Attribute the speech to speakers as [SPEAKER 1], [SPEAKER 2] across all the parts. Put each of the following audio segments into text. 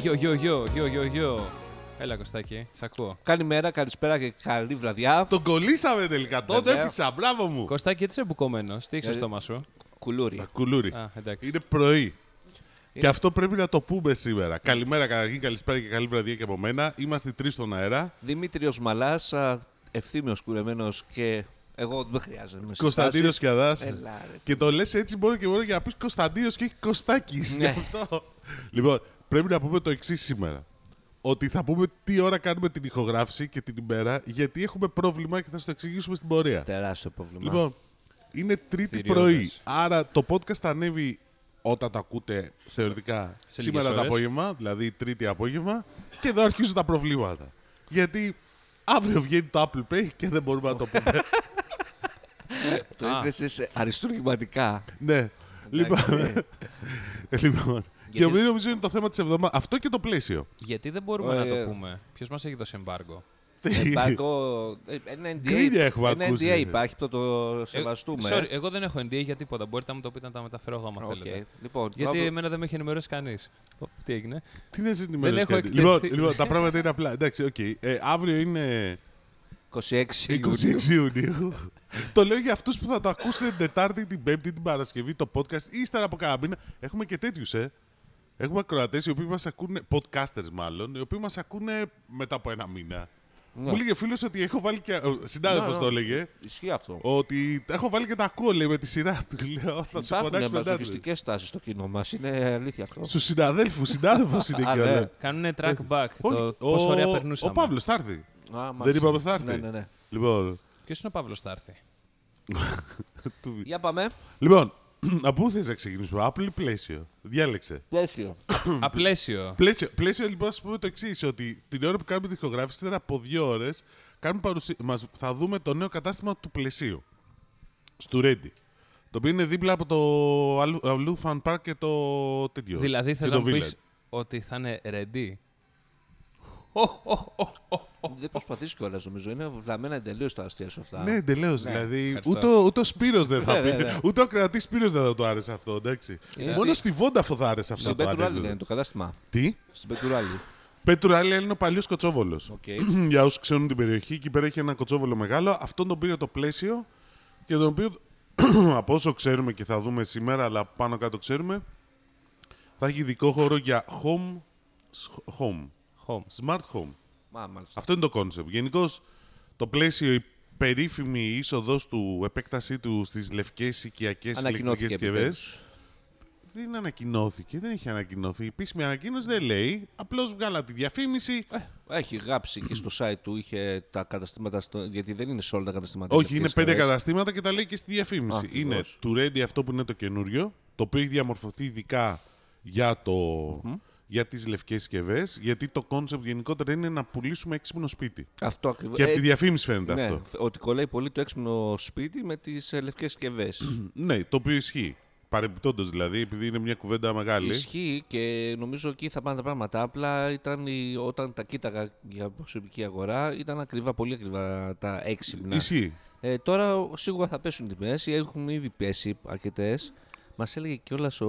[SPEAKER 1] γιο, γιο, γιο, γιο, γιο, γιο. Έλα, Κωστάκι, σ' ακούω.
[SPEAKER 2] Καλημέρα, καλησπέρα και καλή βραδιά.
[SPEAKER 3] Τον κολλήσαμε τελικά. Τον
[SPEAKER 2] Βέβαια.
[SPEAKER 3] έπεισα. Μπράβο μου.
[SPEAKER 1] Κωστάκι, έτσι είσαι μπουκωμένος. Τι έχεις στο
[SPEAKER 2] Ε,
[SPEAKER 1] στόμα σου.
[SPEAKER 2] Κουλούρι.
[SPEAKER 3] Τα Κουλούρι.
[SPEAKER 1] Α, εντάξει.
[SPEAKER 3] Είναι πρωί. Και αυτό πρέπει να το πούμε σήμερα. Καλημέρα καταρχήν, καλησπέρα και καλή βραδιά και από μένα. Είμαστε τρεις στον αέρα.
[SPEAKER 2] Δημήτριος Μαλάς, ευθύμιος κουρεμένος και εγώ δεν χρειάζεται. με
[SPEAKER 3] Κωνσταντίνο
[SPEAKER 2] συστάσεις.
[SPEAKER 3] Κιαδά.
[SPEAKER 2] Έλα, ρε.
[SPEAKER 3] Και το λες έτσι μόνο και μόνο για να πεις Κωνσταντίνος και όχι Κωστάκης.
[SPEAKER 2] Ναι.
[SPEAKER 3] αυτό. Λοιπόν, πρέπει να πούμε το εξής σήμερα. Ότι θα πούμε τι ώρα κάνουμε την ηχογράφηση και την ημέρα, γιατί έχουμε πρόβλημα και θα στο εξηγήσουμε στην πορεία.
[SPEAKER 2] Τεράστιο πρόβλημα.
[SPEAKER 1] Ναι.
[SPEAKER 3] Λοιπόν, είναι Τρίτη
[SPEAKER 1] Θηριώδες.
[SPEAKER 3] πρωί. Άρα το podcast θα ανέβει όταν τα ακούτε θεωρητικά
[SPEAKER 1] Σε λίγες
[SPEAKER 3] σήμερα το
[SPEAKER 1] ώρες.
[SPEAKER 3] απόγευμα, δηλαδή Τρίτη απόγευμα, και εδώ αρχίζουν τα προβλήματα. Γιατί αύριο βγαίνει το Apple Pay και δεν μπορούμε να το πούμε.
[SPEAKER 2] το έδεσε αριστούργηματικά.
[SPEAKER 3] ναι. Λοιπόν. λοιπόν. Και
[SPEAKER 1] ναι. Γιατί-
[SPEAKER 3] μην νομίζω είναι το θέμα της εβδομάδα. Αυτό και το πλαίσιο.
[SPEAKER 1] Γιατί δεν μπορούμε
[SPEAKER 2] Ωραία.
[SPEAKER 1] να το πούμε. Ποιος μας έχει δώσει εμπάργκο. Ε,
[SPEAKER 2] Εμπάργκο. ε, Ένα NDA,
[SPEAKER 3] Γκρίνια έχουμε
[SPEAKER 2] ένα
[SPEAKER 3] ακούσει.
[SPEAKER 2] NDA υπάρχει, το, το
[SPEAKER 1] Ε,
[SPEAKER 2] σεβαστούμε.
[SPEAKER 1] sorry, εγώ δεν έχω NDA για τίποτα. Μπορείτε να μου το πείτε να τα μεταφέρω εγώ άμα
[SPEAKER 2] Οκ.
[SPEAKER 1] θέλετε.
[SPEAKER 2] Λοιπόν,
[SPEAKER 1] Γιατί
[SPEAKER 2] το-
[SPEAKER 1] εμένα δεν με έχει ενημερώσει κανείς. Τι έγινε.
[SPEAKER 3] Τι να
[SPEAKER 1] Δεν
[SPEAKER 3] ζητημένο
[SPEAKER 1] έχω
[SPEAKER 3] κάτι. Λοιπόν,
[SPEAKER 1] εκτεθεί.
[SPEAKER 3] λοιπόν, τα πράγματα είναι απλά. Εντάξει, οκ. Ε, αύριο είναι
[SPEAKER 2] 26 Ιουνίου.
[SPEAKER 3] 26 Ιουνίου. το λέω για αυτούς που θα το ακούσουν την Τετάρτη, την Πέμπτη, την Παρασκευή, το podcast ή ύστερα από κάνα μήνα. Έχουμε και τέτοιους, ε. Έχουμε ακροατές οι οποίοι μας ακούνε, podcasters μάλλον, οι οποίοι μας ακούνε μετά από ένα μήνα. Μου λέγε φίλος ότι έχω βάλει και. Συνάδελφος
[SPEAKER 2] Ναι,
[SPEAKER 3] το
[SPEAKER 2] ναι.
[SPEAKER 3] έλεγε.
[SPEAKER 2] Ισχύει αυτό.
[SPEAKER 3] Ότι τα έχω βάλει και τα ακούω, λέει, με τη σειρά του. Λέω, θα σε φωνάξω
[SPEAKER 2] Υπάρχουν ε,
[SPEAKER 3] τον Τάρτη.
[SPEAKER 2] μαζοχιστικέ τάσεις στο κοινό μας. Είναι αλήθεια αυτό.
[SPEAKER 3] Στους συναδέλφους, συνάδελφος είναι
[SPEAKER 2] Α,
[SPEAKER 3] και
[SPEAKER 2] ναι.
[SPEAKER 3] όλα.
[SPEAKER 1] Κάνουνε track back. το
[SPEAKER 3] Ο-
[SPEAKER 1] πόσο ωραία
[SPEAKER 3] ο-
[SPEAKER 1] περνούσαμε.
[SPEAKER 3] Ο Παύλος θα έρθει.
[SPEAKER 2] Α, μάλιστα.
[SPEAKER 3] Δεν είπαμε θα έρθει.
[SPEAKER 2] Ναι, ναι, ναι.
[SPEAKER 3] Λοιπόν,
[SPEAKER 1] Ποιος είναι ο Παύλος θα έρθει.
[SPEAKER 3] του-
[SPEAKER 2] Για πάμε.
[SPEAKER 3] Λοιπόν, από πού θες να ξεκινήσουμε, Apple ή πλαίσιο. Διάλεξε.
[SPEAKER 2] Πλαίσιο.
[SPEAKER 1] Απλαίσιο.
[SPEAKER 3] Πλαίσιο, πλαίσιο λοιπόν, ας πούμε το εξής: Ότι την ώρα που κάνουμε την ηχογράφηση, ύστερα από δύο ώρες, μας, θα δούμε το νέο κατάστημα του πλαισίου. Στου Ρέντι. Το οποίο είναι δίπλα από το Αλλού- Αλλού Φαν Πάρκ και το τέτοιο.
[SPEAKER 1] Δηλαδή
[SPEAKER 3] και
[SPEAKER 1] θες
[SPEAKER 3] το
[SPEAKER 1] να μου
[SPEAKER 3] Village.
[SPEAKER 1] πεις ότι θα είναι ready.
[SPEAKER 2] Δεν προσπαθείς κιόλας νομίζω. Είναι βλαμμένα εντελώς τα αστεία σου αυτά.
[SPEAKER 3] Ναι, εντελώς. δηλαδή,
[SPEAKER 1] ευχαριστώ.
[SPEAKER 3] ούτε, ο- ούτε ο Σπύρος δεν θα
[SPEAKER 2] Ναι,
[SPEAKER 3] πει.
[SPEAKER 2] ναι, ναι.
[SPEAKER 3] Ούτε ο κρατής Σπύρος δεν θα το άρεσε αυτό, εντάξει. Μόνο στη Βόνταφο θα άρεσε αυτό
[SPEAKER 2] Στην
[SPEAKER 3] το
[SPEAKER 2] Πέτρουράλη δεν είναι
[SPEAKER 3] ανέκδοτο.
[SPEAKER 2] το κατάστημα.
[SPEAKER 3] Τι?
[SPEAKER 2] Στην Πέτρουράλη.
[SPEAKER 3] Πέτρουράλη είναι ο παλιός Κοτσόβολος.
[SPEAKER 2] Οκ.
[SPEAKER 3] για όσους ξέρουν την περιοχή, εκεί πέρα έχει ένα κοτσόβολο μεγάλο. Αυτόν τον πήρε το πλαίσιο και τον οποίο από όσο ξέρουμε και θα δούμε σήμερα, αλλά πάνω κάτω ξέρουμε, θα έχει ειδικό χώρο για home, σ- home
[SPEAKER 1] Home.
[SPEAKER 3] smart home.
[SPEAKER 2] Μα, μάλιστα.
[SPEAKER 3] Αυτό είναι το κόνσεπτ. Γενικώς το πλαίσιο, η περίφημη είσοδος του, επέκτασή του στις λευκές οικιακές ηλεκτρικέ
[SPEAKER 2] Ανακοινώθηκε
[SPEAKER 3] συσκευέ.
[SPEAKER 2] επιτέλους.
[SPEAKER 3] Δεν ανακοινώθηκε, δεν έχει ανακοινωθεί. Η επίσημη ανακοίνωση δεν λέει. Απλώς βγάλα τη διαφήμιση.
[SPEAKER 2] Ε, Έχει γράψει και στο site του, είχε τα καταστήματα, στο... γιατί δεν είναι σε όλα τα καταστήματα.
[SPEAKER 3] Όχι, είναι
[SPEAKER 2] ηλεκτρικές
[SPEAKER 3] πέντε
[SPEAKER 2] συσκευές.
[SPEAKER 3] καταστήματα και τα λέει και στη διαφήμιση.
[SPEAKER 2] Α,
[SPEAKER 3] είναι
[SPEAKER 2] ακριβώς.
[SPEAKER 3] του Ready αυτό που είναι το καινούριο, το οποίο έχει διαμορφωθεί ειδικά για, το, για τις λευκές συσκευές, γιατί το κόνσεπτ γενικότερα είναι να πουλήσουμε έξυπνο σπίτι.
[SPEAKER 2] Αυτό ακριβώς.
[SPEAKER 3] Και από τη διαφήμιση φαίνεται
[SPEAKER 2] Ε, ναι,
[SPEAKER 3] αυτό.
[SPEAKER 2] Ότι κολλάει πολύ το έξυπνο σπίτι με ε, τι λευκές συσκευές.
[SPEAKER 3] Ναι, το οποίο ισχύει. Παρεμπιπτόντως δηλαδή, επειδή είναι μια κουβέντα μεγάλη.
[SPEAKER 2] Ισχύει και νομίζω εκεί θα πάνε τα πράγματα. Απλά ήταν η- όταν τα κοίταγα για προσωπική αγορά ήταν ακριβά, πολύ ακριβά τα έξυπνα.
[SPEAKER 3] Ισχύει.
[SPEAKER 2] Ε, τώρα σίγουρα θα πέσουν οι τιμές ή έχουν ήδη πέσει αρκετές. Μας έλεγε κιόλας ο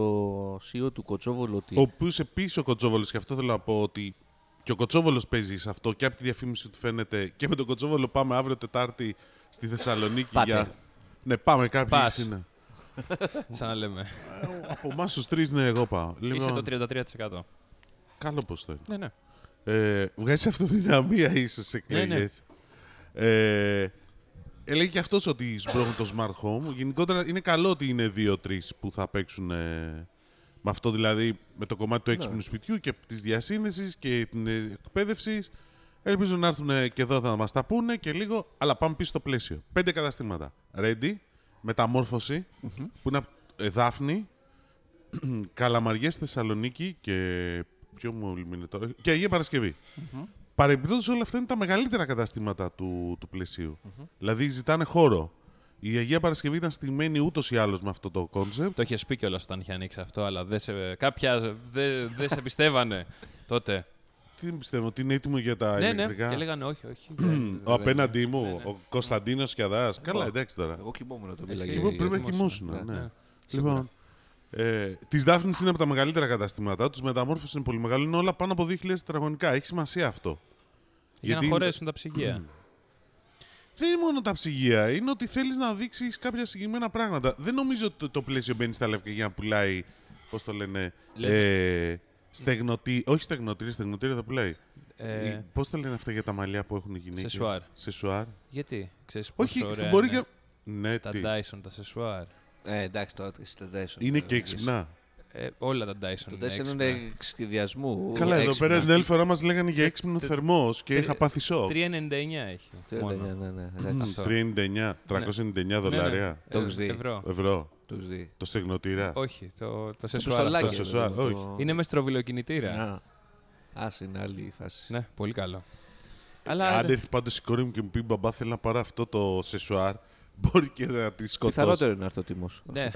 [SPEAKER 2] CEO του Κοτσόβολου ότι.
[SPEAKER 3] Ο οποίος επίση ο Κοτσόβολος, και αυτό θέλω να πω ότι και ο Κοτσόβολος παίζει σε αυτό και από τη διαφήμιση του φαίνεται. Και με τον Κοτσόβολο πάμε αύριο Τετάρτη στη Θεσσαλονίκη
[SPEAKER 2] Πάτε.
[SPEAKER 3] για. Ναι, πάμε κάποιοι.
[SPEAKER 1] Πας.
[SPEAKER 3] είναι.
[SPEAKER 1] Σαν να λέμε.
[SPEAKER 3] Από εμάς τους τρεις, ναι, εγώ πάω.
[SPEAKER 1] Είσαι
[SPEAKER 3] Λοιπόν,
[SPEAKER 1] το 33%.
[SPEAKER 3] καλό πώ το
[SPEAKER 1] Ναι, ναι.
[SPEAKER 3] είναι. Ε, βγάζει αυτοδυναμία ίσως σε
[SPEAKER 1] Ναι, ναι.
[SPEAKER 3] εκλογέ. Ε, ε, λέει και αυτός ότι σπρώχνει το smart home. Γενικότερα είναι καλό ότι είναι δύο-τρει που θα παίξουν ε, με αυτό δηλαδή με το κομμάτι του έξυπνου σπιτιού και της διασύνδεσης και την ε, εκπαίδευσης. Ελπίζω να έρθουν ε, και εδώ θα μας τα πούνε και λίγο, αλλά πάμε πίσω στο πλαίσιο. Πέντε καταστήματα. Ready, μεταμόρφωση, που είναι απ- ε, Δάφνη, Καλαμαριές Θεσσαλονίκη και. Ποιο μου μείνει τώρα. Και Αγία Παρασκευή. Παρεμπιπτόντως, όλα αυτά είναι τα μεγαλύτερα καταστήματα του, του πλαισιου Δηλαδή, ζητάνε χώρο. Η Αγία Παρασκευή ήταν στημένη ούτως ή άλλως με αυτό το κόνσεπτ.
[SPEAKER 1] Το είχες πει κιόλας όταν είχε ανοίξει αυτό, αλλά δεν σε, κάποια δεν δεν σε πιστεύανε τότε.
[SPEAKER 3] Τι πιστεύω, ότι είναι έτοιμο για τα
[SPEAKER 1] ναι, ναι.
[SPEAKER 3] ηλεκτρικά.
[SPEAKER 1] Και λέγανε Ναι, όχι, όχι. δεν-
[SPEAKER 3] Ο
[SPEAKER 1] δεν-
[SPEAKER 3] απέναντί μου,
[SPEAKER 1] ναι,
[SPEAKER 3] ο Κωνσταντίνος Κιαδάς. Καλά, εντάξει τώρα.
[SPEAKER 2] Εγώ κοιμόμουν το
[SPEAKER 1] Εσύ
[SPEAKER 2] μιλάγει.
[SPEAKER 1] κοιμώ-
[SPEAKER 3] Εκεί
[SPEAKER 1] για
[SPEAKER 3] πρέπει να
[SPEAKER 1] ετοιμόσυνα.
[SPEAKER 3] κοιμούσουν.
[SPEAKER 1] Ναι, ναι.
[SPEAKER 3] Ναι.
[SPEAKER 1] Σίγουρα.
[SPEAKER 3] Λοιπόν, Ε, της Daphne είναι από τα μεγαλύτερα καταστήματά τους. Μεταμόρφωση είναι πολύ μεγάλο. Είναι όλα πάνω από 2.000 τετραγωνικά. Έχει σημασία αυτό.
[SPEAKER 1] Για να
[SPEAKER 3] είναι-
[SPEAKER 1] χωρέσουν τα ψυγεία.
[SPEAKER 3] Δεν είναι μόνο τα ψυγεία. Είναι ότι θέλεις να δείξεις κάποια συγκεκριμένα πράγματα. Δεν νομίζω ότι το- το πλαίσιο μπαίνει στα λευκά για να πουλάει. Πώς το λένε.
[SPEAKER 1] Λες-
[SPEAKER 3] Ε, στεγνωτή. Όχι στεγνωτήρια, στεγνωτήρια θα πουλάει.
[SPEAKER 1] Ε,
[SPEAKER 3] Ε, Πώς τα λένε αυτά για τα μαλλιά που έχουν οι γυναίκες.
[SPEAKER 1] Σεσουάρ.
[SPEAKER 3] Σεσουάρ.
[SPEAKER 1] Γιατί, ξέρεις πόσο
[SPEAKER 3] Όχι,
[SPEAKER 1] ωραία
[SPEAKER 3] μπορεί
[SPEAKER 1] είναι
[SPEAKER 3] και. Ναι,
[SPEAKER 1] τα
[SPEAKER 3] τι.
[SPEAKER 1] Dyson, τα σεσουάρ.
[SPEAKER 2] Ε, εντάξει, τώρα τρεις τα Dyson.
[SPEAKER 3] Είναι και έξυπνα.
[SPEAKER 1] Ε, όλα τα Dyson
[SPEAKER 2] Το
[SPEAKER 1] είναι
[SPEAKER 2] Dyson
[SPEAKER 1] έξυπνα.
[SPEAKER 2] είναι σχεδιασμού.
[SPEAKER 3] Καλά, εδώ
[SPEAKER 2] έξυπνα.
[SPEAKER 3] πέρα την άλλη φορά μας λέγανε για έξυπνο θερμός και είχα πάθει σοκ.
[SPEAKER 1] 3,99 έχει.
[SPEAKER 2] Τι
[SPEAKER 1] μόνο.
[SPEAKER 2] Ναι, ναι, ναι.
[SPEAKER 3] Μμμ,
[SPEAKER 2] εντάξει,
[SPEAKER 1] αυτό.
[SPEAKER 3] 399, 399
[SPEAKER 1] Ναι, ναι.
[SPEAKER 3] δολάρια.
[SPEAKER 2] Το
[SPEAKER 1] Ε,
[SPEAKER 2] έχεις δει.
[SPEAKER 1] Ευρώ.
[SPEAKER 3] Ευρώ.
[SPEAKER 2] τους δει.
[SPEAKER 3] Το στεγνοτήρα.
[SPEAKER 1] Όχι, το, το
[SPEAKER 2] Το
[SPEAKER 1] σεσουάρ.
[SPEAKER 2] πιστολάκι. Ναι.
[SPEAKER 1] αυτό.
[SPEAKER 3] Το σεσουάρ,
[SPEAKER 2] εδώ, το-
[SPEAKER 1] Είναι με στροβιλοκινητήρα.
[SPEAKER 2] Α, Ας είναι άλλη η φάση.
[SPEAKER 1] Ναι, πολύ καλό. Αλλά
[SPEAKER 3] Αν έρθει πάντως η κόρη μου και μου πει μπαμπά, θέλει να πάρω αυτό το σεσουάρ, μπορεί και να τη σκοτώσει.
[SPEAKER 2] Πιθανότερο είναι αυτό ο τιμό.
[SPEAKER 1] Ναι.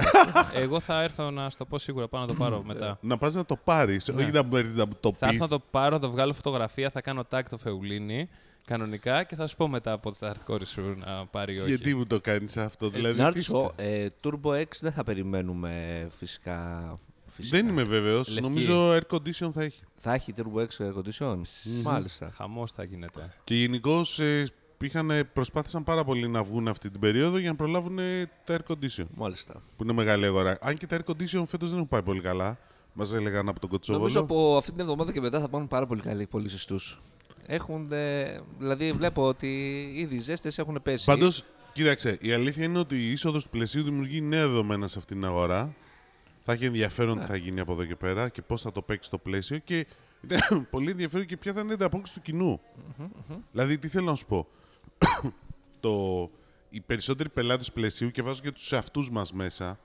[SPEAKER 1] Εγώ θα έρθω να σου το πω σίγουρα, πάω να το πάρω μετά.
[SPEAKER 3] Να πας να το πάρεις, όχι να μου έρθεις να μου το
[SPEAKER 1] θα
[SPEAKER 3] πει.
[SPEAKER 1] έρθω να το πάρω, θα βγάλω φωτογραφία, θα κάνω tag το Φεουλίνη κανονικά και θα σου πω μετά από θα έρθει η κόρη σου να πάρει ή όχι.
[SPEAKER 3] «Ε, Γιατί μου το κάνεις αυτό, δηλαδή.
[SPEAKER 2] Να
[SPEAKER 3] τι
[SPEAKER 2] ρωτήσω,
[SPEAKER 3] είστε.
[SPEAKER 2] ε, Turbo X δεν θα περιμένουμε ε, φυσικά. φυσικά.
[SPEAKER 3] Δεν είμαι βέβαιος.
[SPEAKER 1] Λευκή.
[SPEAKER 3] Νομίζω air condition θα έχει.
[SPEAKER 2] Θα έχει Turbo X air condition. Μάλιστα.
[SPEAKER 1] Χαμός θα γίνεται.
[SPEAKER 3] Και γενικώς ε, προσπάθησαν πάρα πολύ να βγουν αυτή την περίοδο για να προλάβουν ε, τα air condition.
[SPEAKER 2] Μάλιστα.
[SPEAKER 3] Που είναι μεγάλη αγορά. Αν και τα air condition φέτος δεν έχουν πάει πολύ καλά. Μας έλεγαν από τον Κοτσόβολο.
[SPEAKER 2] Νομίζω από αυτή την εβδομάδα και μετά θα πάνε πάρα πολύ καλοί πωλήσεις τους. Έχουν. ε, δηλαδή βλέπω ότι ήδη οι ζέστες έχουν πέσει.
[SPEAKER 3] Πάντως, κοίταξε, η αλήθεια είναι ότι η είσοδος του πλαισίου δημιουργεί νέα δεδομένα σε αυτήν την αγορά. Θα έχει ενδιαφέρον τι θα γίνει από εδώ και πέρα και πώς θα το παίξει το πλαίσιο και ήταν πολύ ενδιαφέρον και ποια θα είναι η ανταπόκριση του κοινου Δηλαδή, τι θέλω να σου πω. το, οι περισσότεροι πελάτες του πλαισίου και βάζω και τους εαυτούς μας μέσα.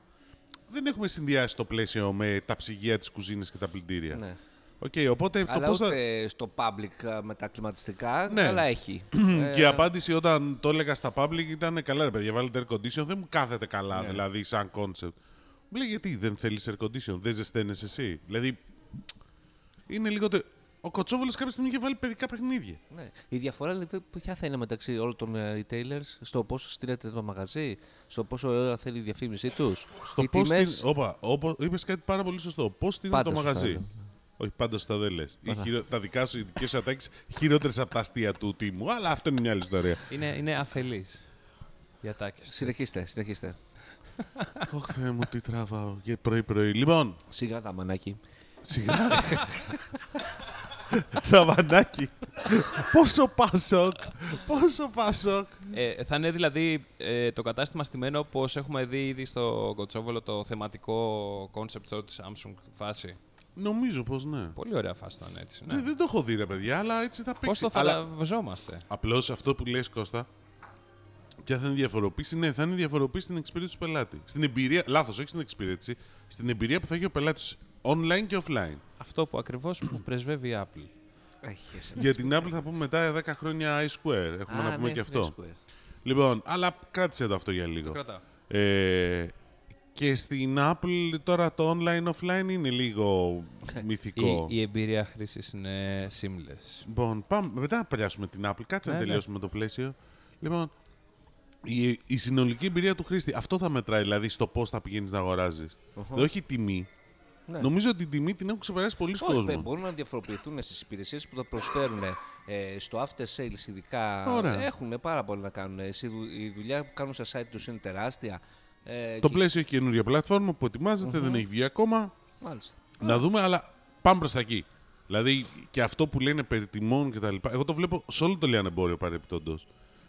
[SPEAKER 3] Δεν έχουμε συνδυάσει το πλαίσιο με τα ψυγεία, τι κουζίνε και τα πλυντήρια.
[SPEAKER 2] Ναι.
[SPEAKER 3] Οκ, οπότε
[SPEAKER 2] Αλλά
[SPEAKER 3] το πώς θα.
[SPEAKER 2] ούτε στο public α, με τα κλιματιστικά,
[SPEAKER 3] Ναι.
[SPEAKER 2] αλλά έχει.
[SPEAKER 3] Και η απάντηση όταν το έλεγα στα public ήταν καλά ρε παιδιά, βάλετε air condition, δεν μου κάθεται καλά
[SPEAKER 2] Ναι.
[SPEAKER 3] δηλαδή σαν concept. Μου λέει γιατί δεν θέλεις air condition, δεν ζεσταίνεσαι εσύ. Δηλαδή είναι λίγο... τε- Ο Κοτσόβολος κάποια στιγμή είχε βάλει παιδικά παιχνίδια.
[SPEAKER 2] Ναι. Η διαφορά δηλαδή, ποια θα είναι μεταξύ όλων των ε, retailers στο πόσο στείλετε το μαγαζί, στο πόσο ώρα θέλει η διαφήμιση τους.
[SPEAKER 3] Στο πώς την... Όπα, όπα, είπες κάτι πάρα πολύ σωστό. Πώς την είναι το
[SPEAKER 2] Πάντα σωστά,
[SPEAKER 3] μαγαζί.
[SPEAKER 2] ναι.
[SPEAKER 3] Όχι, πάντα σωστά δεν λες. Οι χειρο- Τα δικά σου, οι δικές σου ατάκεις χειρότερες από τα αστεία του τίμου. Αλλά αυτό είναι μια άλλη ιστορία.
[SPEAKER 1] Είναι, είναι αφελής. Οι ατάκε.
[SPEAKER 2] Συνεχίστε, συνεχίστε.
[SPEAKER 3] Ωχ, Θεέ μου, τι τραβάω. Για πρωί-πρωί. Λοιπόν,
[SPEAKER 2] Σιγά τα μανάκι.
[SPEAKER 3] Σιγά. Δαβανάκι. πόσο πασόκ. Πόσο πασόκ.
[SPEAKER 1] Ε, θα είναι δηλαδή ε, το κατάστημα στημένο όπω έχουμε δει ήδη στο Κοτσόβολο το θεματικό concept store της Samsung φάση.
[SPEAKER 3] Νομίζω πως ναι.
[SPEAKER 1] Πολύ ωραία φάση ήταν έτσι.
[SPEAKER 3] Δεν,
[SPEAKER 1] Ναι.
[SPEAKER 3] δεν το έχω δει ρε παιδιά, αλλά έτσι θα παίξει.
[SPEAKER 1] Πώς το
[SPEAKER 3] Αλλά
[SPEAKER 1] φανταζόμαστε.
[SPEAKER 3] Απλώς αυτό που λες Κώστα, ποια θα είναι η διαφοροποίηση, ναι, θα είναι η διαφοροποίηση στην εξυπηρέτηση του πελάτη. Στην εμπειρία, λάθος, όχι στην εξυπηρέτηση, στην εμπειρία που θα έχει ο πελάτης online και offline.
[SPEAKER 1] Αυτό που ακριβώς που πρεσβεύει η Apple.
[SPEAKER 3] Για την Apple θα πούμε μετά 10 χρόνια iSquare, έχουμε να
[SPEAKER 2] ναι,
[SPEAKER 3] πούμε και αυτό. Λοιπόν, αλλά κράτησε το αυτό για λίγο.
[SPEAKER 1] Κρατάω.
[SPEAKER 3] Ε, και στην Apple τώρα το online offline είναι λίγο
[SPEAKER 1] Ε, Η,
[SPEAKER 3] μυθικό.
[SPEAKER 1] η εμπειρία χρήσης είναι seamless.
[SPEAKER 3] Λοιπόν, πάμε, μετά να παλιάσουμε την Apple. Κάτσε να
[SPEAKER 1] Ναι, ναι.
[SPEAKER 3] τελειώσουμε το πλαίσιο. Λοιπόν, η, η συνολική εμπειρία του χρήστη. Αυτό θα μετράει, δηλαδή, στο πώς θα πηγαίνεις να αγοράζεις. Δεν όχι η τιμή.
[SPEAKER 2] Ναι.
[SPEAKER 3] Νομίζω ότι την τιμή την έχουν ξεπεράσει πολλοί
[SPEAKER 2] Όχι,
[SPEAKER 3] κόσμοι.
[SPEAKER 2] μπορούν να διαφοροποιηθούν στις υπηρεσίες που τα προσφέρουν ε, στο after sales, ειδικά.
[SPEAKER 3] Ωραία.
[SPEAKER 2] Έχουν πάρα πολύ να κάνουν. Ε, εσύ δου- Η δουλειά που κάνουν στα site τους είναι τεράστια. Ε,
[SPEAKER 3] Το
[SPEAKER 2] και-
[SPEAKER 3] πλαίσιο έχει καινούργια πλατφόρμα που ετοιμάζεται, δεν έχει βγει ακόμα.
[SPEAKER 2] Μάλιστα.
[SPEAKER 3] Να δούμε, αλλά πάμε προς τα εκεί. Δηλαδή και αυτό που λένε περί τιμών και τα λοιπά, εγώ το βλέπω σε όλο το λιανεμπόριο παρεπιπτόντω.